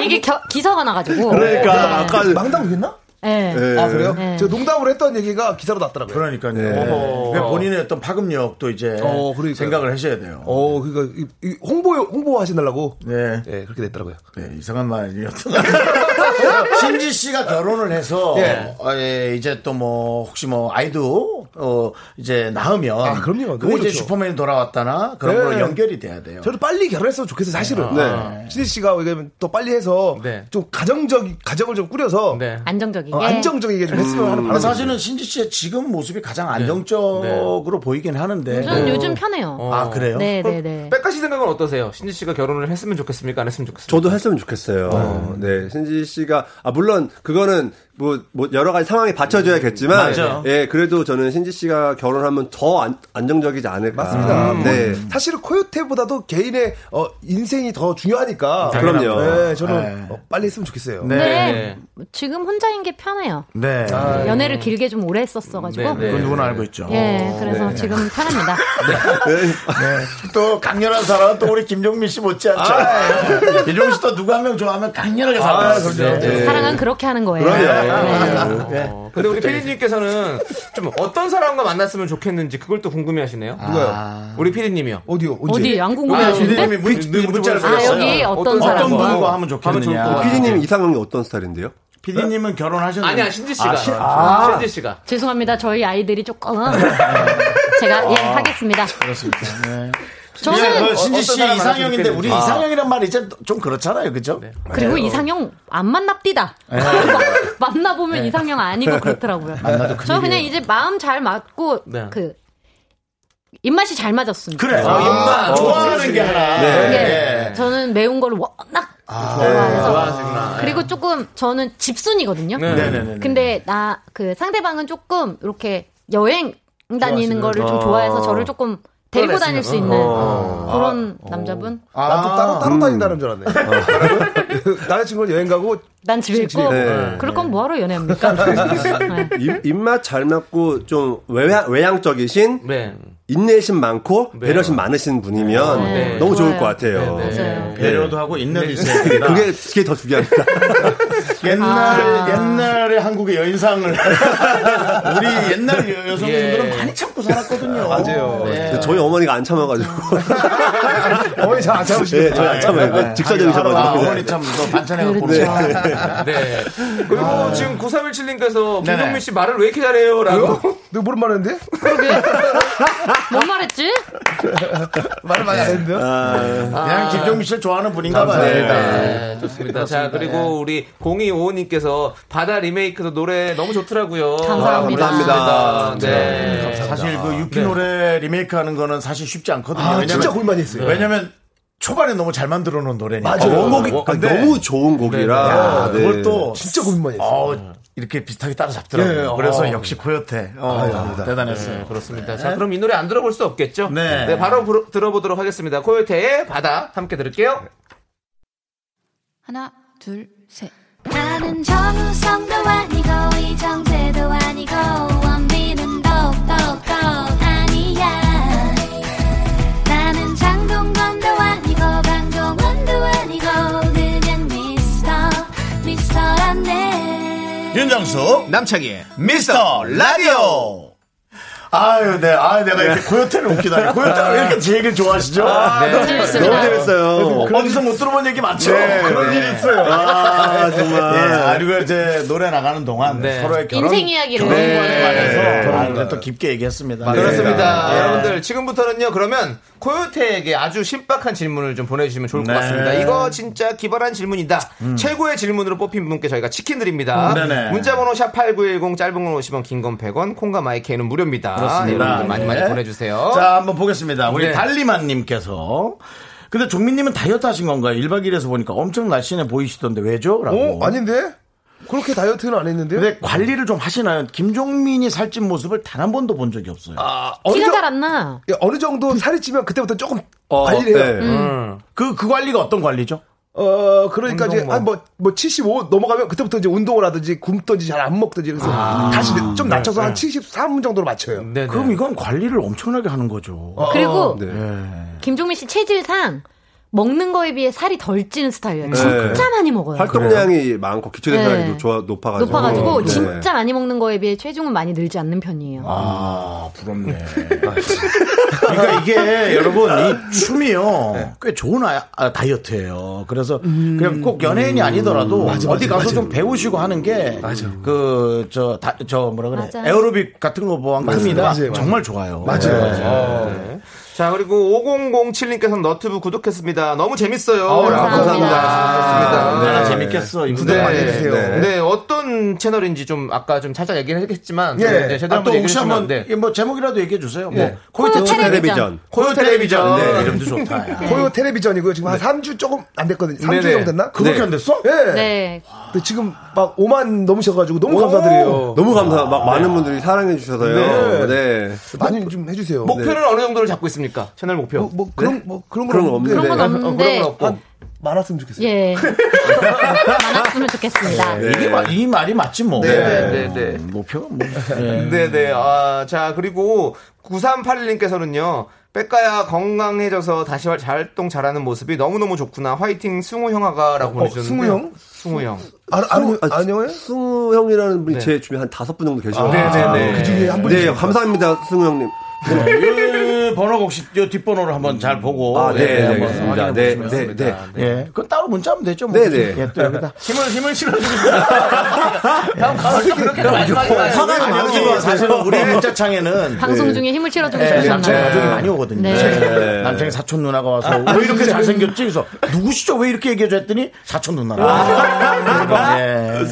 S9: 이게 겨- 기사가 나가지고.
S10: 그러니까 아까
S8: 네. 망당이겠나?
S9: 네.
S8: 아 그래요?
S9: 네.
S8: 제가 농담으로 했던 얘기가 기사로 났더라고요.
S1: 그러니까요.
S8: 네.
S1: 그러니까 본인의 어떤 파급력도 이제
S8: 어, 그러니까요.
S1: 생각을 하셔야 돼요.
S8: 어, 그러니까 이- 이 홍보 홍보 하시느라고
S1: 네.
S8: 예 그렇게 됐더라고요.
S1: 네, 이상한 말이었던 것 같아요. 신지 씨가 결혼을 해서
S8: 예.
S1: 어, 예, 이제 또 뭐 혹시 뭐 아이도 어, 이제 낳으면
S8: 아, 그럼요.
S1: 그게
S8: 너무
S1: 이제
S8: 좋죠.
S1: 슈퍼맨이 돌아왔다나 그런
S8: 네.
S1: 걸로 연결이 돼야 돼요. 음.
S8: 저도 빨리 결혼했으면 좋겠어요, 사실은.
S10: 네.
S8: 신혜 씨가 왜냐면 더 빨리 해서
S2: 네.
S8: 어, 좀 가정적 가정을 좀 꾸려서
S2: 네.
S9: 안정적이게.
S8: 어, 안정적이게 네. 좀 했으면 하는
S1: 근데
S8: 바람.
S1: 사실은 신지 씨의 지금 모습이 가장
S8: 네.
S1: 안정적으로 보이긴 하는데.
S9: 저는
S1: 네.
S9: 요즘 편해요.
S1: 아 그래요?
S9: 네, 네, 네.
S2: 백가씨 생각은 어떠세요? 신지 씨가 결혼을 했으면 좋겠습니까? 안 했으면 좋겠습니까?
S10: 저도 했으면 좋겠어요. 네, 신지 씨가 아 물론 그거는 뭐, 뭐 여러 가지 상황에
S8: 음,
S10: 받쳐줘야겠지만,
S1: 맞아요.
S10: 예, 그래도 저는 신지 씨가 결혼하면 더 안, 안정적이지 않을까. 맞습니다. 네,
S8: 뭐, 사실은 코요태보다도 개인의 어, 인생이 더 중요하니까.
S10: 그럼요.
S8: 네, 저는
S1: 네.
S8: 어, 빨리 했으면 좋겠어요.
S1: 네.
S9: 근데 지금 혼자인 게 편해요.
S1: 네.
S8: 아,
S9: 연애를 길게 좀 오래 했었어가지고.
S2: 네,
S1: 그건 누구나 알고 있죠.
S9: 예, 그래서 지금 편합니다.
S1: 또 강렬한 사람은 또 우리 김종민 씨 못지않죠. 김종민 씨도 누구 한 명 아, 예. 좋아하면 그렇죠. 강렬하게 네. 사랑하죠.
S9: 사랑은 그렇게 하는 거예요. 네.
S10: 그럼요.
S2: 어, 근데 우리 피디님께서는 좀 어떤 사람과 만났으면 좋겠는지 그걸 또 궁금해하시네요.
S8: 아. 누가요?
S2: 우리 피디님이요.
S8: 어디요? 언제?
S9: 어디 안 궁금해하시는데?
S1: 님이 문자를
S9: 아,
S1: 아, 보냈어요.
S9: 여기 어떤
S2: 어떤
S1: 네. 어떤
S9: 사람과.
S1: 분과 하면 좋겠느냐.
S10: 피디님 이상형이 어떤 스타일인데요?
S1: PD님은 결혼하셨는데.
S2: 아니야 신지 씨가 신지 씨가
S9: 죄송합니다. 저희 아이들이 조금 제가 예 하겠습니다.
S1: 아, 그렇습니다. 네.
S9: 저는
S1: 그 신지
S2: 어떤
S1: 씨
S2: 사람
S1: 이상형인데
S2: 만났으면
S1: 우리
S2: 좋겠는지.
S1: 이상형이란 말이 이제 좀 그렇잖아요, 그죠?
S9: 그리고
S1: 네.
S9: 이상형 안 만납디다. 만나보면 이상형 아니고 그렇더라고요.
S1: 네. 만나도
S9: 저 그냥 이제 마음 잘 맞고
S2: 네.
S9: 그 입맛이 잘 맞았습니다.
S1: 그래. 어, 입맛 좋아하는 게 하나.
S9: 이게
S1: 네.
S9: 저는 매운 걸 워낙 좋아해서 그리고 조금 저는 집순이거든요.
S1: 네네네.
S9: 근데 나 그 상대방은 조금 이렇게 여행 다니는 거를 어. 좀 좋아해서 저를 조금 데리고 다닐 수 있는 그런 남자분.
S8: 난또 아, 따로
S10: 음.
S8: 따로 다닌다는 줄 알았네. 남자친구는 여행 가고
S9: 난 집에 있고
S10: 네.
S9: 그럴 거면 뭐하러 연애합니까? 네.
S10: 입, 입맛 잘 맞고 좀 외향, 외향적이신
S2: 네.
S10: 인내심 많고
S8: 네.
S10: 배려심 많으신 분이면
S9: 네.
S10: 너무 좋을
S9: 좋아요.
S10: 것 같아요.
S9: 맞아요.
S1: 배려도 하고 인내도 있어야
S10: 네,
S1: 된다.
S10: 그게 그게 더 중요합니다.
S1: 옛날 아. 옛날에 한국의 여인상을 우리 옛날 여-
S2: 예.
S1: 여성분들은 많이 참고 살았거든요. 맞아요.
S10: 네. 저희 어머니가 안 참아가지고
S8: 어머니 잘안 참으시네.
S10: 네, 저희 안 참아요.
S1: 아,
S10: 직사적이셔가지고
S1: 어머니 참 너 반찬해갖고
S9: 그렇죠.
S2: 네. 그리고
S8: 아.
S2: 지금 9317님께서
S8: 네,
S2: 김종민 씨 말을 왜 이렇게 잘해요라고
S8: 내가 모른 말 했는데?
S9: 뭔 말했지?
S8: 말을 많이 안 했는데요?
S1: 그냥 김종민 씨를 좋아하는 분인가 봐요.
S2: 네, 좋습니다. 자, 그리고 우리 0255님께서 바다 리메이크도 노래 너무 좋더라고요.
S9: 감사합니다.
S2: 아, 감사합니다. 네.
S1: 사실 그 유피 노래 리메이크하는 거는 사실 쉽지 않거든요.
S8: 아,
S1: 왜냐면-
S8: 진짜 고민 많이 했어요.
S1: 왜냐면 초반에 너무 잘 만들어 놓은 노래니까. 맞아.
S10: 원곡이 너무 좋은 곡이라 네.
S1: 그걸 또
S8: 진짜 고민 많이 했어요.
S1: 어, 이렇게 비슷하게 따라잡더라고요. 그래서 역시 코요태. 어, 대단했어요.
S2: 그렇습니다. 자, 그럼 이 노래 안 들어볼 수 없겠죠?
S1: 네.
S2: 바로 부르- 들어보도록 하겠습니다. 코요태의 바다 함께 들을게요.
S4: 하나 둘 셋. 나는 정우성도 아니고 이정재도 아니고 원빈은 더욱더 아니야 나는 장동건도 아니고 강동원도 아니고 그냥 미스터 미스터란데
S1: 윤정수, 남창희, 미스터 라디오! 아유, 네, 아 내가 이렇게 고요태를 웃기다니. 고요태가 왜 이렇게 제 얘기를 좋아하시죠?
S10: 아, 네. 너무 재밌습니다. 너무 재밌어요.
S1: 어디서 못 들어본 얘기 많죠?
S10: 네,
S1: 그런
S10: 네.
S1: 일이 있어요.
S10: 아, 정말.
S1: 예, 아, 그리고 이제 노래 나가는 동안 서로의 결혼.
S9: 인생 이야기를.
S1: 결혼과에
S9: 네.
S1: 관해서 아, 그래, 또 깊게 얘기했습니다.
S2: 네. 그렇습니다.
S1: 예.
S2: 여러분들 지금부터는요. 그러면 코요태에게 아주 신박한 질문을 좀 보내주시면 좋을 것
S1: 네.
S2: 같습니다. 이거 진짜 기발한 질문이다. 최고의 질문으로 뽑힌 분께 저희가 치킨 드립니다.
S1: 음, 네네.
S2: 문자번호 샵 #8910 짧은 건 50원, 긴 건 100원, 콩과 마이크는 무료입니다.
S1: 그렇습니다.
S2: 여러분들 많이 많이
S1: 네.
S2: 보내주세요.
S1: 자, 한번 보겠습니다. 우리
S2: 네.
S1: 달리만님께서. 근데 종민님은 다이어트 하신 건가요? 1박 2일에서 보니까 엄청 날씬해 보이시던데 왜죠? 라고.
S8: 어? 아닌데? 그렇게 다이어트는 안 했는데요?
S1: 근데 관리를 좀 하시나요? 김종민이 살찐 모습을 단 한 번도 본 적이 없어요.
S2: 아.
S9: 티가 잘 안 나.
S8: 예, 어느 정도 살이 찌면 그때부터 조금
S1: 어,
S8: 관리를 해요. 음.
S1: 네. 그, 그 관리가 어떤 관리죠?
S8: 어, 그러니까 이제,
S1: 운동만.
S8: 한 뭐, 뭐, 75 넘어가면 그때부터 이제 운동을 하든지 굶든지 잘 안 먹든지 그래서
S10: 아.
S8: 다시 좀 낮춰서
S10: 네.
S8: 한 73 정도로 맞춰요.
S10: 음.
S2: 네,
S1: 그럼 이건 관리를 엄청나게 하는 거죠.
S2: 아,
S9: 그리고
S1: 네.
S9: 김종민 씨 체질상 먹는 거에 비해 살이 덜 찌는 스타일이에요. 진짜 많이 먹어요.
S10: 활동량이 많고 기초 대사량이
S9: 네.
S10: 좋아 높아가지고.
S9: 높아가지고
S10: 네.
S9: 진짜 많이 먹는 거에 비해 체중은 많이 늘지 않는 편이에요.
S1: 아, 부럽네. 그러니까 이게 여러분 이 춤이요 꽤 좋은 아- 아, 다이어트예요. 그래서
S2: 음.
S1: 그냥 꼭 연예인이 아니더라도 어디 가서 좀 배우시고 하는 게 그 저저 뭐라 그래
S2: 맞아요.
S1: 에어로빅 같은 거 보안큼이나
S2: 맞아요, 맞아요.
S1: 정말 좋아요.
S2: 맞아요, 네. 자, 그리고 5007님께서 너트브 구독했습니다. 너무 재밌어요.
S1: 아우, 네,
S2: 라고
S1: 감사합니다.
S10: 아.
S2: 감사합니다.
S1: 얼마나 아, 재밌겠어. 이 네. 구독 많이 해주세요.
S2: 네. 네, 어떤 채널인지 좀 아까 좀 살짝 얘기는 했겠지만. 네,
S1: 예.
S2: 이제 제대로
S1: 아, 또
S2: 한번 얘기해
S1: 혹시
S2: 주시면 네.
S1: 한번
S2: 안 돼.
S1: 이게 뭐 제목이라도 얘기해 주세요. 뭐
S8: 네.
S10: 아.
S1: 코요태
S8: 코요태
S1: 텔레비전.
S8: 코요
S1: 텔레비전. 네, 이름도 좋다. 야.
S8: 코요 텔레비전이고요. 지금 한 3주 조금 안 됐거든요. 3주
S1: 네네.
S8: 정도 됐나?
S1: 그거밖에
S8: 네.
S1: 안 됐어?
S8: 예.
S9: 네.
S8: 근데 지금 막 5만 넘으셔가지고 너무 감사드려요.
S10: 너무 감사. 막 많은 분들이 사랑해 주셔서요. 네.
S8: 많이 좀 해주세요.
S2: 목표는 어느 정도를 잡고 있습니까? 채널 목표.
S8: 뭐, 뭐 그런 뭐 그런 건
S10: 네. 그런
S8: 없는데.
S10: 거 없는데. 그런 건
S2: 어, 그런 건 없고.
S8: 많았으면 좋겠어요.
S9: 예. 많았으면 좋겠습니다.
S1: 이게 마- 이 말이 맞지 뭐.
S2: 네, 네, 네.
S1: 목표가 뭐.
S2: 네네. 아, 자, 그리고 9381님께서는요. 백가야 건강해져서 다시 활- 활동 잘하는 모습이 너무너무 좋구나. 화이팅 승우 형아가라고 보내주셨는데.
S8: 승우 형?
S2: 승우 형.
S8: 아,
S10: 승우- 아, 승우 형이라는 분이 제 주변에 한 다섯 분 정도 계시거든요.
S2: 네네네. 그 중에
S8: 한 분이시죠?
S10: 네, 감사합니다, 승우 형님.
S1: 이 번호가 혹시 이 뒷번호를 한번 잘 보고
S10: 아, 네,
S1: 예,
S10: 네,
S1: 한번
S10: 알겠습니다.
S1: 확인해
S10: 네,
S1: 보시면
S10: 네,
S1: 좋습니다.
S10: 네.
S1: 예, 그건 따로 문자하면 되죠. 뭐.
S10: 네, 네.
S1: 예, 또 여기다 힘을 힘을 실어주고
S2: 아, 그렇게
S5: 네.
S2: 마지막에
S1: 아, 화가 많이 예, 사실은 우리 문자창에는
S9: 방송 중에 힘을 실어주고
S1: 예, 남창
S9: 싶었나요?
S1: 가족이 많이 오거든요.
S9: 네.
S1: 네. 아, 남창이 사촌 누나가 와서 왜 이렇게 잘생겼지? 그래서 누구시죠? 왜 이렇게 얘기해줘 했더니 사촌 누나라. 예.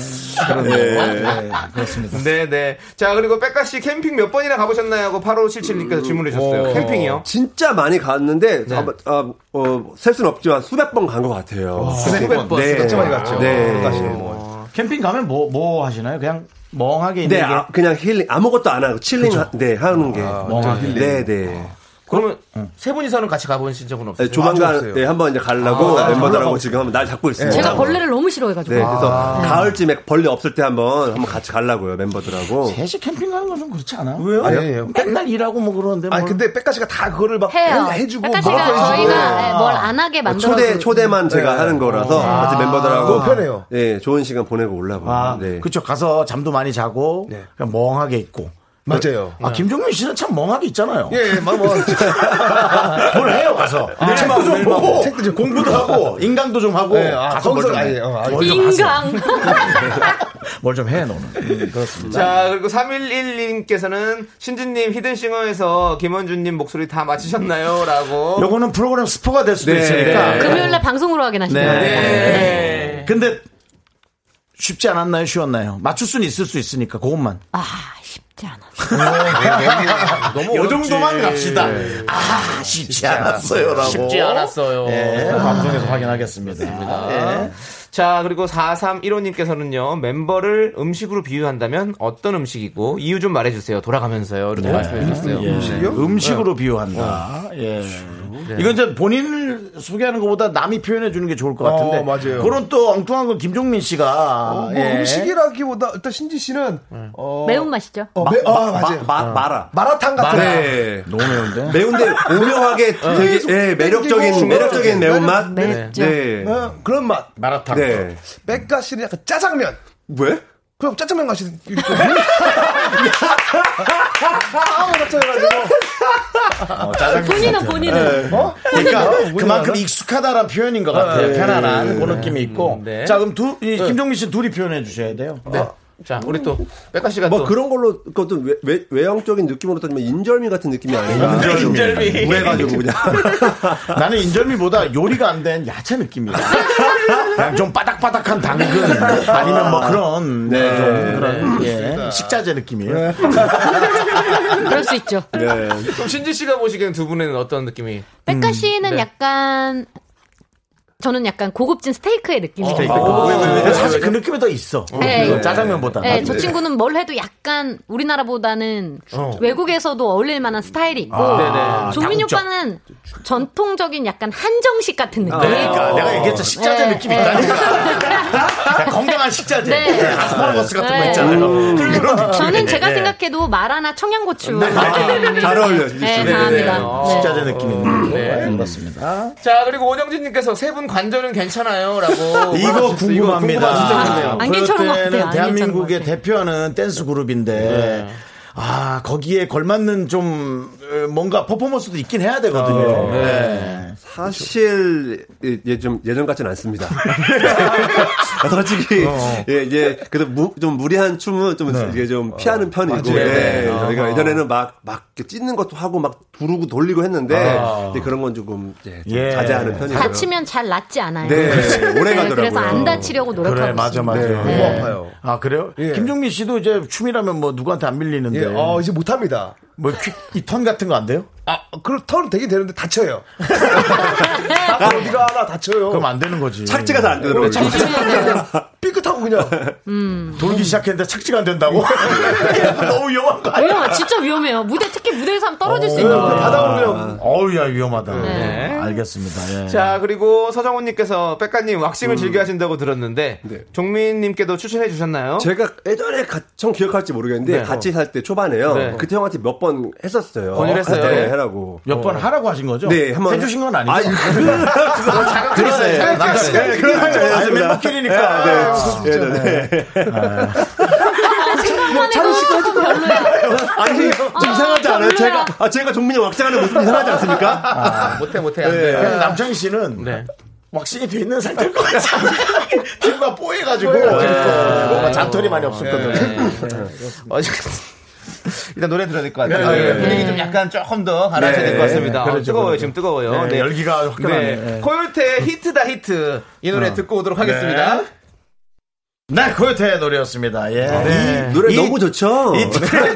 S1: 그런데, 예, 그렇습니다.
S2: 네네. 자, 그리고 백가씨 캠핑 몇 번이나 가보셨나요? 하고 8577님께서 질문해 주셨어요. 캠핑이요?
S10: 진짜 많이 갔는데 아마 아, 어, 셀 수는 없지만 수백 번 간 것 같아요.
S2: 수백 번,
S10: 네.
S2: 수백 번
S8: 갔죠.
S10: 네.
S1: 캠핑 가면 뭐, 뭐 하시나요? 그냥 멍하게 있는
S10: 네,
S1: 게
S10: 아, 그냥 힐링 아무것도 안 하고 칠링 하, 네, 하는 게.
S1: 멍하게
S10: 네, 네.
S2: 그러면 세 분이서는 같이 가보신 적은 없어요?
S10: 네, 조만간 네, 한번 이제 가려고
S8: 아,
S10: 멤버들하고 지금 한번 날 잡고 있습니다.
S9: 제가 벌레를 너무 싫어해가지고. 아,
S10: 네, 그래서
S8: 아.
S10: 가을쯤에 벌레 없을 때 한번 한번 같이 가려고요 멤버들하고.
S1: 셋이 캠핑 가는 건 좀 그렇지 않아? 왜요? 맨날 일하고 뭐 그러는데. 뭐.
S8: 아니 근데 백가씨가 다 그거를 막
S9: 해요.
S8: 해주고
S9: 아까
S8: 막
S9: 제가
S8: 해주고.
S9: 저희가 네, 뭘 안 하게 만들어.
S10: 초대 초대만 제가 하는 거라서 같이 멤버들하고
S8: 네. 아. 너무 편해요.
S10: 네, 좋은 시간 보내고 올라고.
S1: 아,
S10: 네.
S1: 그쵸. 가서 잠도 많이 자고, 그냥 멍하게 있고.
S8: 맞아요.
S1: 아, 김종민 씨는 참 멍하게 있잖아요.
S8: 예, 막 뭐.
S1: 뭘 해요, 가서. 책도 좀 보고,
S8: 책도 좀
S1: 공부도 하고, 인강도 좀 하고,
S8: 예, 아,
S1: 가서
S8: 거기서
S1: 뭘좀
S8: 아예,
S1: 해.
S8: 어, 아예.
S1: 뭘좀 하세요.
S9: 인강.
S1: 뭘좀 해, 너는. 음, 그렇습니다.
S2: 자, 그리고 311님께서는 신진님 히든싱어에서 김원준님 목소리 다 맞히셨나요? 라고.
S1: 요거는 프로그램 스포가 될 수도
S10: 네.
S1: 있으니까.
S9: 금요일날 방송으로 하긴 하시네요.
S1: 네.
S2: 네.
S1: 근데 쉽지 않았나요? 쉬웠나요? 맞출 수는 있을 수 있으니까 그것만.
S9: 아, 쉽지 않아.
S2: 너무
S1: 요
S2: 어렵지.
S1: 정도만 갑시다. 아 쉽지 않았어요라고.
S2: 쉽지 않았어요.
S1: 예, 방송에서 확인하겠습니다. 예.
S2: 자, 그리고 4315님께서는요, 멤버를 음식으로 비유한다면 어떤 음식이고, 이유 좀 말해주세요. 돌아가면서요. 이렇게 말씀해 주셨어요.
S1: 네, 음식이요? 예. 음식으로 비유한다. 예. 이건 이제 본인을 소개하는 것보다 남이 표현해 주는 게 좋을 것 같은데.
S8: 어, 맞아요.
S1: 그런 또 엉뚱한 건 김종민 씨가.
S8: 뭐
S1: 예.
S8: 음식이라기보다 일단 신지 씨는 어,
S9: 매운맛이죠?
S8: 어, 매, 아, 맞아요.
S10: 마, 마, 마라.
S8: 마라탕 같은
S10: 네.
S1: 너무 매운데.
S10: 매운데 오묘하게
S8: 어.
S10: 되게 예, 매력적인 매력적인 매운맛.
S9: 매력적.
S10: 네.
S8: 어, 그런 맛.
S1: 마라탕.
S10: 네.
S8: 백가 씨는 약간 짜장면.
S10: 왜?
S8: 그냥 짜장면 같이 이렇게 아무나 짜가지고
S1: 어, 짜장면
S8: 본인은
S1: 같아요.
S8: 본인은.
S1: 네.
S8: 어?
S1: 그러니까
S8: 본인은 본인은
S1: 그만큼
S8: 알아?
S1: 익숙하다라는 표현인 것 같아요.
S2: 네.
S1: 편안한
S2: 네.
S1: 그 느낌이 있고.
S2: 음, 네.
S1: 자 그럼 두 이, 김종민 씨 둘이 표현해 주셔야 돼요. 아,
S2: 자, 우리 또 백가 씨가
S10: 뭐
S2: 또.
S10: 그런 걸로 그것도 외, 외, 외형적인 느낌으로 따지면 인절미 같은 느낌이 아니라
S1: 인절미.
S10: 무해가지고 그냥
S1: 나는 인절미보다 요리가 안 된 야채 느낌이야. 그냥 좀 바닥바닥한 당근 아니면 뭐 그런
S10: 네.
S1: 네, 좀 그런
S2: 네,
S1: 예,
S2: 좋습니다.
S1: 식자재 느낌이에요.
S9: 그럴 수 있죠.
S10: 네.
S2: 그럼 신지 씨가 보시기엔 두 분에는 어떤 느낌이?
S9: 백가 씨는
S1: 음,
S2: 네.
S9: 약간 저는 약간 고급진 스테이크의 느낌이
S1: 스테이크. 어, 사실 그 느낌이 더 있어.
S9: 네.
S1: 이거 짜장면보다.
S9: 네, 저 친구는 뭘 해도 약간 우리나라보다는
S1: 어.
S9: 외국에서도 어울릴 만한 스타일이 있고
S1: 아, 네네.
S9: 종민
S1: 다국적.
S9: 오빠는 전통적인 약간 한정식 같은 느낌.
S1: 그러니까 내가 얘기했죠 식자재
S9: 네,
S1: 느낌이
S9: 네.
S1: 있다니까 건강한 식자재
S9: 네.
S1: 네, 아스파라거스 같은 거
S9: 네.
S1: 있잖아요 그런 느낌이에요.
S9: 저는 제가
S1: 네.
S9: 생각해도 마라나 청양고추.
S1: 잘 어울려, 진짜.
S9: 네,
S1: 네,
S9: 강합니다.
S1: 네, 네. 식자재 느낌 있는 거. 네, 그렇습니다.
S2: 자 그리고 오정진님께서 세 분 관절은 괜찮아요라고
S1: 이거 궁금합니다.
S2: 궁금하시죠?
S9: 안개처럼
S1: 그럴 때는
S9: 아, 같아요. 네.
S1: 대한민국의 대표하는 댄스 그룹인데 아 거기에 걸맞는 좀 어, 뭔가 퍼포먼스도 있긴 해야 되거든요.
S9: 아,
S10: 어,
S1: 네.
S10: 사실 예, 좀 예전 같진 않습니다. 아,
S1: 어,
S10: 솔직히 예, 이제 그래도 무, 좀 무리한 춤은 좀 이게 좀 피하는
S1: 네.
S10: 편이고
S1: 어, 맞아요.
S10: 예,
S1: 네.
S10: 저희가
S1: 아.
S10: 예전에는 막 막 찢는 것도 하고 막 두르고 돌리고 했는데
S1: 아.
S10: 이제 그런 건 조금, 예, 좀
S1: 예.
S10: 자제하는 편이에요.
S9: 다치면 잘 낫지 않아요.
S10: 네, 오래 가더라고요.
S9: 그래서 안 다치려고 노력하고
S1: 그래 맞아
S9: 있습니다.
S1: 맞아.
S9: 네.
S8: 아파요.
S1: 아 그래요? 김종민 씨도 이제 춤이라면 뭐 누구한테 안 밀리는데.
S8: 예, 어, 이제 못합니다.
S1: 뭐이턴 같은 거 안 돼요?
S8: 아, 그럼 털은 되긴 되는데 다쳐요. 아, 어디가 하나 다쳐요.
S1: 그럼 안 되는 거지.
S10: 착지가 잘안 되더라고요.
S8: 삐끗하고 그냥
S1: 돌기 시작했는데 착지가 안 된다고.
S8: 예.
S1: 너무 위험한 거 아니야?
S9: 위험하, 진짜 위험해요. 무대 특히 무대에서 하면 떨어질 수
S1: 어,
S9: 있는
S1: 네,
S9: 거예요.
S1: 받아오면 어우야 위험하다.
S2: 네.
S1: 알겠습니다. 예.
S2: 자 그리고 서정훈님께서 백가님 왁싱을 즐겨하신다고 들었는데 종민님께도 추천해 주셨나요?
S10: 제가 예전에 가, 전 기억할지 모르겠는데
S2: 네.
S10: 같이 살 때 초반에요.
S2: 네.
S10: 그때 형한테 몇 번 했었어요.
S2: 권유를 했어요?
S10: 네, 해라고.
S1: 몇
S8: 어.
S1: 번 하라고 하신 거죠?
S10: 네, 한번
S1: 해주신 건 아니죠?
S2: 자극
S1: 그랬어요. 남자는.
S10: 네, 그런 거
S1: 아니,
S10: 있습니다.
S1: 멤버끼리니까.
S10: 네,
S1: 아,
S10: 네. 예, 네, 네.
S9: 생각만 해도 조금 별로야.
S10: 아니, 좀 이상하지 않아요?
S9: 별로야.
S10: 제가, 아, 제가 종민이 왁장하는 모습 이상하지 않습니까?
S1: 아,
S2: 못해 못해 안
S10: 네.
S2: 돼.
S1: 그럼 남창희 씨는
S2: 네.
S1: 왁싱이 돼 있는 상태일 것 같아요. 피부가 뽀얘가지고.
S10: 네.
S2: 뽀얘가지고.
S1: 뭔가 잔털이 많이 없을 거든
S2: 네. 어제 일단 노래 들어야 될 것 같아요.
S1: 네,
S2: 네. 분위기 좀 약간 조금 더 가라앉아야 될 것 같습니다. 어,
S1: 그렇죠,
S2: 뜨거워요
S1: 그렇죠.
S2: 지금 뜨거워요.
S1: 네, 열기가 화끈하네. 네.
S2: 코요태 히트다 히트 이 노래
S1: 어.
S2: 듣고 오도록 하겠습니다.
S1: 네, 코요태의 노래였습니다. 예.
S10: 이 네. 노래
S1: 이-
S10: 너무 좋죠?
S1: 이 특별한,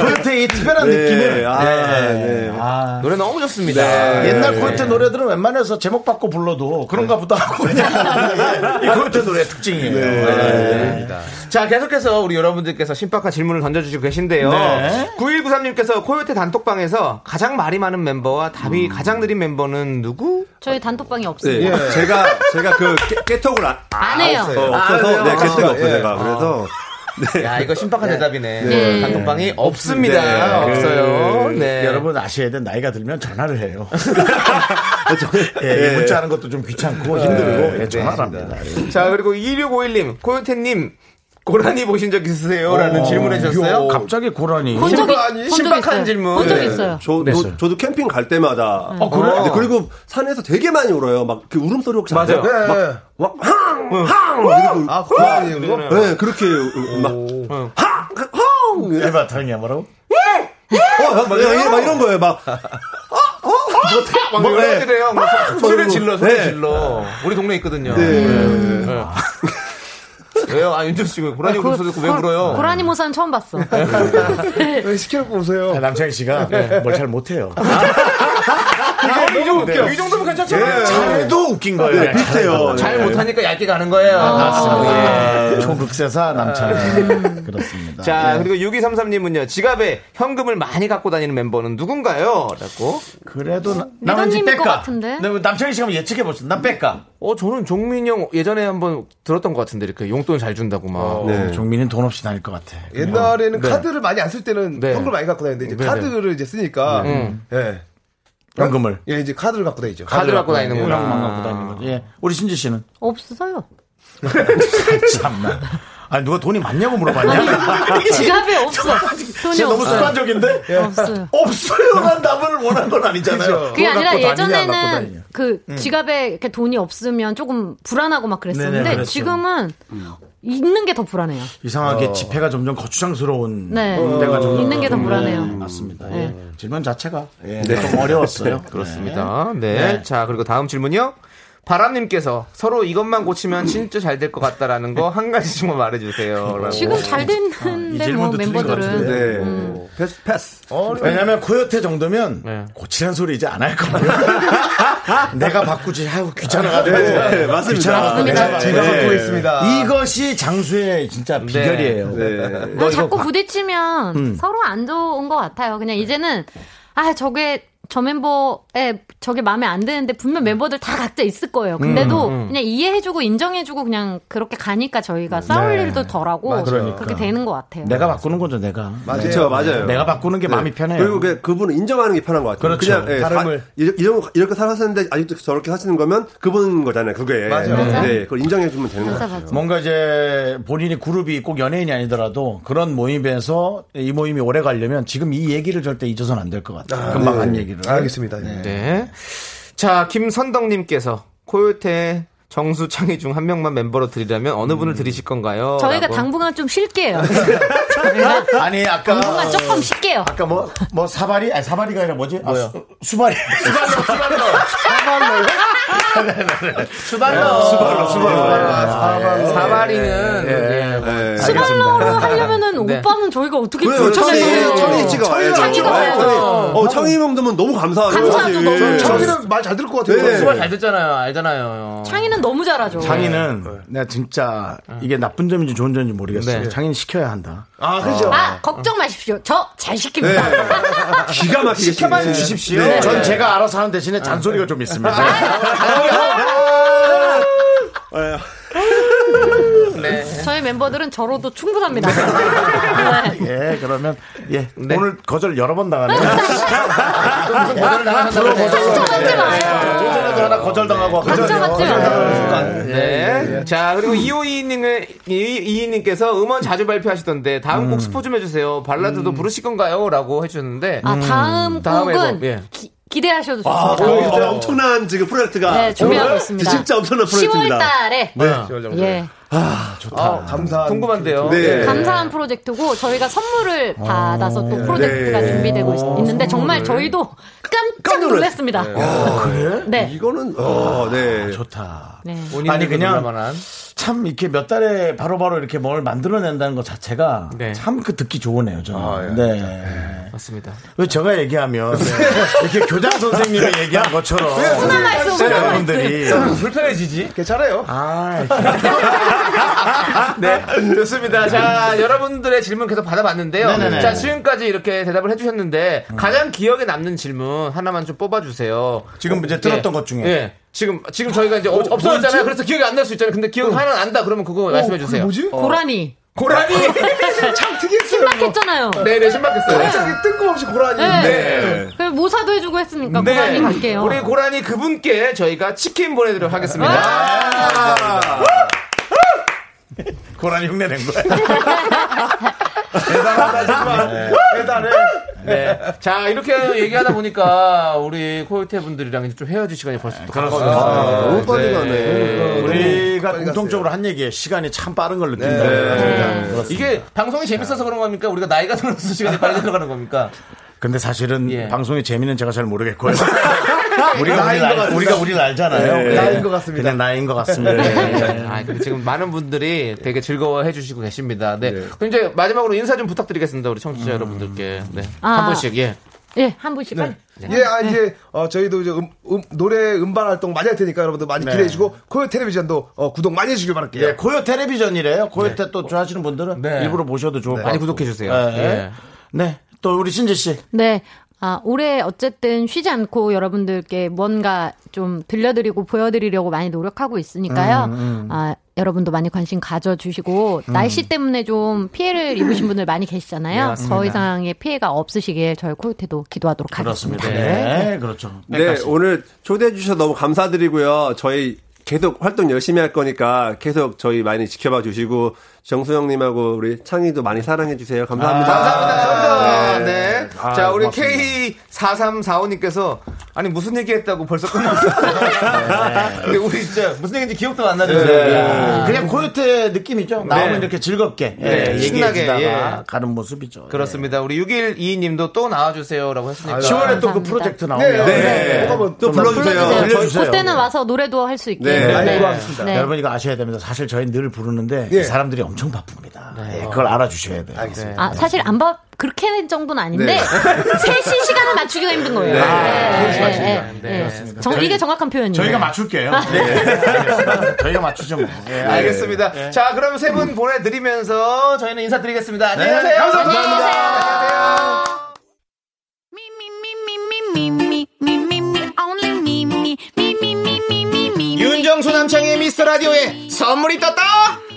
S1: 코요태의 이 특별한
S10: 네,
S1: 느낌을.
S10: 아,
S1: 예.
S10: 네.
S1: 아.
S2: 노래 너무 좋습니다.
S1: 옛날 코요태 노래들은 웬만해서 제목 받고 불러도
S10: 네.
S1: 그런가 보다 하고 그냥. 이 코요태 노래의 특징이에요. 예.
S2: 네. 자, 계속해서 우리 여러분들께서 신박한 질문을 던져주시고 계신데요.
S1: 네.
S2: 9193님께서 코요태 단톡방에서 가장 말이 많은 멤버와
S1: 음.
S2: 답이 가장 느린 멤버는 누구?
S9: 저희 단톡방이 없어요.
S10: 네.
S1: 예.
S10: 제가, 제가 그 깨, 깨톡을 안,
S9: 안 해요.
S10: 어, 없어서,
S2: 아,
S10: 네, 깨톡이
S2: 아,
S10: 없어요,
S2: 예.
S10: 제가. 그래서.
S2: 야, 이거 신박한 대답이네.
S9: 네.
S2: 단톡방이 없습니다.
S10: 네.
S2: 없어요. 네.
S1: 여러분 아셔야 돼. 나이가 들면 전화를 해요. 예,
S10: 예.
S1: 문자 하는 것도 좀
S10: 네.
S1: 귀찮고 힘들고 예, 전화를 합니다.
S2: 자, 그리고 2651님, 코요태님, 고라니 보신 적 있으세요? 라는 질문해 주셨어요.
S1: 요, 예. 갑자기 고라니. 네.
S9: 본 적이
S2: 신박-
S9: 본적
S2: 신박한
S9: 있어요.
S2: 질문.
S9: 본 적
S2: 네.
S9: 있어요. 네.
S10: 저,
S1: 냈어요.
S10: 도 캠핑 갈 때마다.
S2: 아,
S1: 그래요?
S10: 근데 그리고 산에서 되게 많이 울어요. 막, 그 울음소리 혹시
S2: 맞아요.
S10: 아세요?
S8: 네.
S10: 막, 항! 항! 막 이러고.
S8: 아, 고라니 이거?
S10: 네, 그렇게, 울- 막, 항! 항! 예.
S1: 네, 에바 탕이야 뭐라고?
S10: 어, 막, 막 이런- 막 이런 거예요. 막,
S2: 네. 아,
S10: 어,
S2: 막
S10: 뭐,
S2: 여러
S10: 네.
S2: 가지래요. 막 소- 소리를
S10: 막
S2: 질러, 소리
S10: 네.
S2: 질러. 우리 동네 있거든요.
S10: 네.
S2: 네. 왜요? 아, 그 윤정 씨, 왜 고라니
S9: 고-
S2: 보신 적 있고 왜
S9: 고-
S2: 울어요?
S9: 고라니 모사는 처음 봤어.
S8: 왜 시켜놓고
S10: 네.
S8: 오세요.
S1: 아, 남창희 씨가 뭘 잘 못해요.
S10: 아.
S2: 이 정도 웃겨. 그 이 정도면 괜찮죠?
S1: 잘도 웃긴 거예요.
S10: 네, 비슷해요.
S2: 잘
S10: 네.
S2: 못하니까 얇게 가는 거예요.
S9: 아,
S1: 맞습니다. 예. 초극세사 남창희 그렇습니다.
S2: 자, 그리고 6233님은요, 지갑에 현금을 많이 갖고 다니는 멤버는 누군가요? 라고.
S1: 그래도 나-
S9: 리더님일
S1: 나머지
S9: 음, 것
S1: 뺄까?
S9: 같은데?
S1: 네, 남창희 씨가 한번 예측해 보시죠. 난 뺄까?
S2: 어, 저는 종민이 형 예전에 한번 들었던 것 같은데, 이렇게 용돈 잘 준다고 막.
S1: 어, 종민은 돈 없이 다닐 것 같아.
S8: 옛날에는 카드를 많이 안 쓸 때는
S2: 네.
S8: 현금을 많이 갖고 다녔는데 이제
S2: 네, 음. 네.
S8: 카드를 이제 쓰니까 예.
S1: 현금을.
S8: 예, 이제 카드를 갖고 다니죠.
S2: 카드 갖고
S1: 네,
S2: 네. 다니는구나.
S1: 예. 만 갖고 다니는 거지. 예. 우리 신지 씨는?
S9: 없어요.
S1: 참나. 아니 누가 돈이 많냐고 물어봤냐?
S9: 아니, 지갑에 없어. 돈이
S1: 네. 진짜 너무
S9: 없어요.
S1: 습관적인데?
S9: 없어요.
S1: 난 답을 원한 건 아니잖아요. 돈
S9: 그게 아니라
S1: 갖고 다니냐, 안 갖고
S9: 예전에는
S1: 다니냐.
S9: 그
S1: 음.
S9: 지갑에 이렇게 돈이 없으면 조금 불안하고 막 그랬었는데
S1: 네네, 그렇죠.
S9: 지금은 있는 게 더 불안해요.
S1: 이상하게
S9: 어.
S1: 지폐가 점점 거추장스러운
S9: 네.
S1: 때가 점점
S9: 있는 게더
S1: 음,
S9: 불안해요.
S1: 맞습니다.
S9: 네.
S1: 예. 질문 자체가 예,
S2: 네.
S1: 좀 어려웠어요.
S2: 그렇습니다. 네. 자, 그리고 다음 질문이요. 바람님께서 서로 이것만 고치면 진짜 잘 될 것 같다라는 거 한 가지씩만 말해주세요. 라고.
S9: 지금 잘
S1: 음. 아, 네. 이
S9: 됐는데 뭐
S1: 질문도 틀린 것
S9: 멤버들은
S1: 같은데.
S10: 네.
S8: 음.
S10: 패스 패스.
S2: 어,
S1: 왜냐면 코요태 정도면
S10: 네.
S1: 고치란 소리 이제 안 할 거예요. 내가 바꾸지 하고 귀찮아가지고 네.
S10: 네, 네, 맞습니다. 맞습니다. 제가 바꾸고 있습니다. 네.
S1: 이것이 장수의 진짜 비결이에요. 너
S9: 아니,
S1: 어, 이거
S9: 자꾸
S1: 바-
S9: 부딪히면
S1: 음. 네.
S9: 서로 안 좋은 것 같아요. 그냥 이제는 아 저게 저 멤버에 저게 마음에 안 드는데 분명 멤버들 다 각자 있을 거예요. 근데도
S5: 음, 음.
S9: 그냥 이해해주고 인정해주고 그냥 그렇게 가니까 저희가 싸울
S1: 네.
S9: 일도 덜하고
S1: 맞아요.
S9: 그렇게
S1: 그러니까.
S9: 되는 것 같아요.
S1: 내가 바꾸는 거죠, 내가.
S10: 그쵸, 맞아요.
S1: 내가 바꾸는 게
S10: 네.
S1: 마음이 편해요.
S10: 그리고 그, 그분은 인정하는 게 편한 것 같아요.
S1: 그렇죠.
S10: 그냥 예,
S1: 다름을.
S10: 사- 이- 이런 거- 이렇게 살았는데 아직도 저렇게 사시는 거면 그분 거잖아요. 그게
S1: 맞아요.
S10: 네,
S1: 맞아요.
S10: 그걸 인정해 주면 되는 거죠.
S9: 뭐
S1: 뭔가 이제 본인이 그룹이 꼭 연예인이 아니더라도 그런 모임에서 이 모임이 오래 가려면 지금 이 얘기를 절대 잊어서는 안 될 것 같아요.
S10: 네.
S1: 금방 한 얘기를.
S8: 알겠습니다.
S2: 네. 자, 김선덕님께서 코요태 정수 창희 중 한 명만 멤버로 드리려면 어느 분을 드리실 건가요?
S9: 저희가
S2: 라고.
S9: 당분간 좀 쉴게요.
S1: 아니 아까
S9: 당분간 조금 쉴게요.
S1: 네. 아까 뭐 뭐 사발이 아니 사발이가 아니라 뭐지? 아, 수, 수발이.
S2: 사발로. 네. 수발로.
S10: 아,
S1: 수발로, 수발로. 아, 예.
S2: 사발로. 사발이는. 예, 뭐
S1: 네,
S9: 수발로로 하려면은
S10: 네.
S9: 오빠는 저희가 어떻게
S10: 그래요, 청이, 청이 찍어.
S9: 청이
S10: 청이가
S9: 가야죠.
S10: 어, 청이 정도면 너무 네. 감사하죠.
S9: 감사하죠, 너무.
S8: 청이는 말 잘 들을 것 같아요.
S1: 네.
S2: 수발 잘 듣잖아요. 알잖아요.
S9: 창이는 너무 잘하죠.
S1: 장인은 내가 진짜 이게 나쁜 점인지 좋은 점인지 모르겠어요.
S2: 네.
S1: 장인 시켜야 한다.
S8: 아,
S1: 그죠.
S9: 아, 걱정 마십시오. 저 잘 시킵니다.
S1: 기가 막히게 시켜만 주십시오.
S10: 네.
S1: 전 제가 알아서 하는 대신에 잔소리가 좀 있습니다.
S9: 저희 멤버들은 저로도 충분합니다. 네.
S1: 예, 그러면 예 오늘 거절 여러 번 당하네요. 아.
S2: 앞으로
S1: 네. 걱정하지 마요. 예전에도 하나 거절당하고
S2: 걱정하지
S1: 마요.
S2: 네. 자, 그리고 이호이님의, 이이님께서 음원 자주 발표하시던데, 다음 음. 곡 스포 좀 해주세요. 발라드도 부르실 건가요? 라고 해주셨는데.
S9: 아, 다음 곡은
S2: 앨범, 예.
S9: 기대하셔도
S10: 아,
S9: 좋습니다.
S10: 저희 진짜 엄청난 지금 프로젝트가.
S9: 네, 준비하고
S10: 정말
S9: 있습니다.
S10: 진짜 엄청난
S9: 10월
S10: 프로젝트입니다.
S9: 달에
S10: 네.
S9: 예.
S10: 아, 좋다. 감사한.
S2: 궁금한데요.
S10: 네.
S9: 감사한 프로젝트고 저희가 선물을 받아서 또 프로젝트가
S10: 네.
S9: 준비되고 있- 있는데 정말
S10: 선물을.
S9: 저희도 깜짝 놀랐습니다.
S10: 그래?
S9: 네.
S10: 이거는, 어, 네.
S1: 예. 좋다.
S9: 네.
S1: 아니 그냥
S2: 놀랄만한.
S1: 참 이렇게 몇 달에 바로바로 이렇게 뭘 만들어낸다는 것 자체가 참 그 듣기 좋으네요. 저는. 네.
S2: 맞습니다.
S1: 왜 제가 얘기하면 이렇게 교장 선생님이 얘기한 것처럼
S9: 훈한 말씀, 훈한 말씀.
S1: 네, 여러분들이
S2: 불편해지지?
S8: 괜찮아요.
S1: 아,
S2: 네, 좋습니다. 자, 여러분들의 질문 계속 받아봤는데요.
S1: 네네네.
S2: 자, 지금까지 이렇게 대답을 해주셨는데 가장 기억에 남는 질문 하나만 좀 뽑아주세요. 어,
S1: 지금 이제 들었던 것 중에.
S2: 예. 지금 지금 저희가 이제 어, 없어졌잖아요.
S1: 뭐였지?
S2: 그래서 기억이 안 날 수 있잖아요. 근데 기억 하나 난다 그러면 그거 말씀해 주세요.
S8: 뭐지?
S9: 고라니.
S2: 고라니.
S8: 참 특이했어요.
S9: 신박했잖아요.
S2: 네, 네, 신박했어요.
S8: 갑자기 뜬금없이 고라니.
S9: 네.
S2: 네.
S9: 그리고 모사도 해주고 했으니까 고라니 갈게요.
S2: 우리 고라니 그분께 저희가 치킨 보내드리도록 하겠습니다.
S9: 아.
S2: 감사합니다.
S1: 고라니 흉내 낸 거야.
S8: 대단해.
S2: 네. 자, 이렇게 얘기하다 보니까 우리 코요태 분들이랑 이제 좀 헤어질 시간이 벌써 또 가까워졌어요.
S1: 아,
S10: 너무 빨리 가네.
S1: 우리가 공통적으로 한 얘기에 시간이 참 빠른 걸 느낀다. 네.
S2: 이게 방송이 재밌어서 그런 겁니까? 우리가 나이가 들어서 시간이 빨리 들어가는 겁니까?
S1: 근데 사실은 방송의 재미는 제가 잘 모르겠고요. 우리가
S8: 나인
S1: 우리를
S8: 것
S1: 알-
S8: 같습니다.
S1: 우리가 우리를 알잖아요.
S8: 네.
S1: 네.
S8: 나인 것 같습니다.
S1: 그냥 나인 것 같습니다. 네.
S2: 아, 근데 지금 많은 분들이 되게 즐거워해 주시고 계십니다. 네. 그럼 이제 마지막으로 인사 좀 부탁드리겠습니다. 우리 청취자 여러분들께. 네.
S9: 아.
S2: 한 분씩, 예.
S9: 예, 한 분씩 빨리.
S8: 예, 아, 이제, 어, 저희도 이제 음, 음, 노래 음반 활동 많이 할 테니까 여러분들 많이
S1: 네.
S8: 기대해주고, 코요 텔레비전도 어, 구독 많이 해주길 바랄게요.
S1: 예, 고요 텔레비전이래요. 고요 때 또 좋아하시는 분들은
S2: 네.
S1: 일부러 보셔도 좋을 것 같아요.
S2: 많이 구독해주세요.
S1: 네.
S2: 예.
S1: 네. 또 우리 신재 씨.
S9: 네. 아, 올해 어쨌든 쉬지 않고 여러분들께 뭔가 좀 들려드리고 보여드리려고 많이 노력하고 있으니까요.
S5: 음, 음.
S9: 아, 여러분도 많이 관심 가져주시고, 날씨 때문에 좀 피해를 입으신 분들 많이 계시잖아요.
S1: 음. 네,
S9: 더
S1: 맞습니다.
S9: 이상의 피해가 없으시길 저희 코요태도 기도하도록 하겠습니다.
S1: 그렇습니다. 네. 그렇죠.
S10: 네, 오늘 초대해 주셔서 너무 감사드리고요. 저희 계속 활동 열심히 할 거니까 계속 저희 많이 지켜봐 주시고 정수영님하고 우리 창희도 많이 사랑해주세요. 감사합니다.
S2: 감사합니다. 네.
S10: 아,
S2: 자, 우리
S10: 고맙습니다.
S2: K4345님께서 아니 무슨 얘기 했다고 벌써 끝났어. 근데 우리 진짜 무슨 얘기인지 기억도 안 나는데.
S1: 네. 그냥 고요태 느낌이죠. 나오면
S2: 아. 네.
S1: 이렇게 즐겁게
S2: 네,
S1: 예,
S2: 신나게,
S1: 얘기해주다가
S2: 예.
S1: 가는 모습이죠.
S2: 그렇습니다. 우리 612님도 또 나와주세요라고 했으니까.
S1: 10월에 또 그 프로젝트 나오면 예,
S2: 네, 네.
S1: 또 불러주세요. 네. 예,
S9: 그때는 와서 노래도 할 수 있게. 네.
S1: 여러분 이거 아셔야 됩니다. 사실 저희 늘 부르는데 이 사람들이 엄청 바쁩니다.
S2: 네.
S1: 예, 그걸 알아주셔야 돼요. 네. 알겠습니다.
S9: 아, 사실 안 봐, 그렇게 는 정도는 아닌데,
S1: 네.
S9: 셋이 시간을 맞추기가 힘든 거예요.
S1: 네.
S9: 네.
S1: 맞습니다.
S9: 네.
S1: 네,
S9: 네.
S1: 맞습니다.
S9: 정-
S1: 저희-
S9: 이게 정확한 표현이에요.
S1: 저희가 맞출게요.
S9: 아,
S1: 네. 알겠습니다. 저희가 맞추죠. 뭐. 예,
S2: 네. 알겠습니다. 자, 그럼 세 분 보내드리면서 저희는 인사드리겠습니다. 안녕히
S1: 네,
S2: 계세요.
S1: 감사합니다.
S2: 윤정수 남창의 미스터 라디오에 선물이 떴다!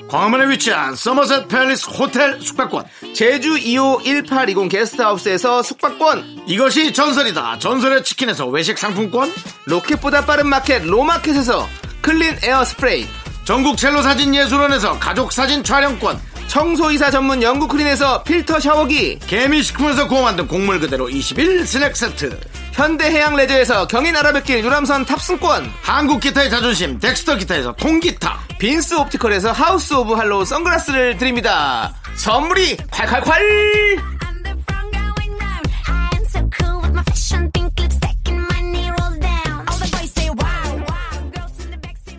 S7: 광화문에 위치한 서머셋 팰리스 호텔 숙박권
S2: 제주 2호 1820 게스트하우스에서 숙박권
S7: 이것이 전설이다 전설의 치킨에서 외식 상품권
S2: 로켓보다 빠른 마켓 로마켓에서 클린 에어 스프레이
S7: 전국 첼로 사진 예술원에서 가족 사진 촬영권
S2: 청소이사 전문 영국 크린에서 필터 샤워기
S7: 개미식품에서 구워 만든 곡물 그대로 21 스낵 세트
S2: 현대해양 레저에서 경인 아라뱃길 유람선 탑승권
S7: 한국 기타의 자존심 덱스터 기타에서 통기타
S2: 빈스 옵티컬에서 하우스 오브 할로우 선글라스를 드립니다 선물이 콸콸콸
S4: I'm so cool with my fashion, pink lipstick and my knee rolls down. All the boys say wow, wow.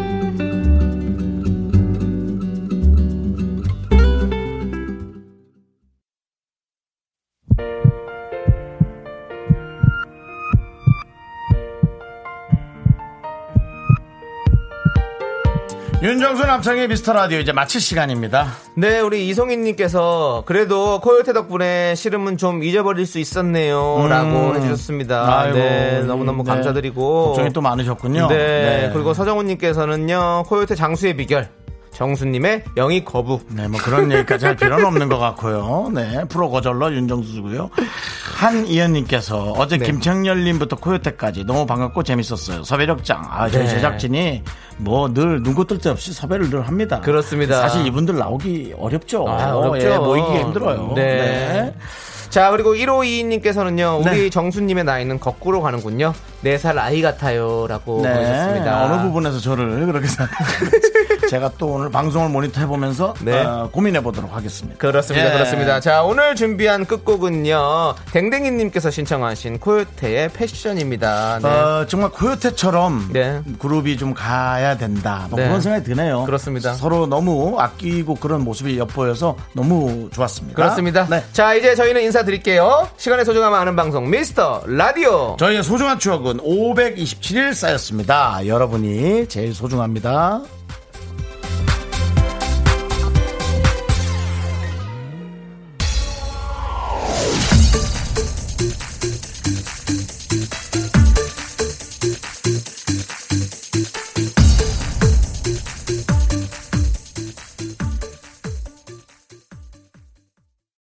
S1: 윤정수 남창의 미스터 라디오 이제 마칠 시간입니다.
S2: 네, 우리 이송희님께서 그래도 코요태 덕분에 씨름은 좀 잊어버릴 수 있었네요.
S1: 음.
S2: 라고 해주셨습니다.
S1: 아이고.
S2: 네, 너무너무
S1: 네.
S2: 감사드리고.
S1: 걱정이 또 많으셨군요.
S2: 네,
S1: 네.
S2: 그리고 서정훈님께서는요, 코요태 장수의 비결. 정수님의 영입 거부.
S1: 네, 뭐 그런 얘기까지 할 필요는 없는 것 같고요. 네, 프로 거절러 윤정수고요. 한이현님께서 어제
S2: 네.
S1: 김창렬님부터 코요태까지 너무 반갑고 재밌었어요. 섭외력장. 아, 저희
S2: 네.
S1: 제작진이 뭐 늘 눈코 뜰 데 없이 섭외를 늘 합니다.
S2: 그렇습니다.
S1: 사실 이분들 나오기 어렵죠.
S2: 아, 어렵죠.
S1: 예, 모이기 힘들어요.
S2: 네. 자, 그리고 1522님께서는요,
S1: 네.
S2: 우리 정수님의 나이는 거꾸로 가는군요. 4살 아이 같아요. 라고
S1: 네.
S2: 하셨습니다.
S1: 어느 부분에서 저를 그렇게 생각하는지 제가 또 오늘 방송을 모니터 해보면서 어,
S2: 네.
S1: 고민해 보도록 하겠습니다.
S2: 그렇습니다.
S1: 예.
S2: 그렇습니다. 자, 오늘 준비한 끝곡은요. 댕댕이님께서 신청하신 코요태의 패션입니다. 네.
S1: 어, 정말 코요태처럼 그룹이 좀 가야 된다. 뭐
S2: 네.
S1: 그런 생각이 드네요.
S2: 그렇습니다.
S1: 서로 너무 아끼고 그런 모습이 엿보여서 너무 좋았습니다.
S2: 그렇습니다.
S1: 네.
S2: 자, 이제 저희는 인사드릴게요. 시간의 소중함을 아는 방송, 미스터 라디오.
S1: 저희의 소중한 추억은 527일 쌓였습니다. 여러분이 제일 소중합니다.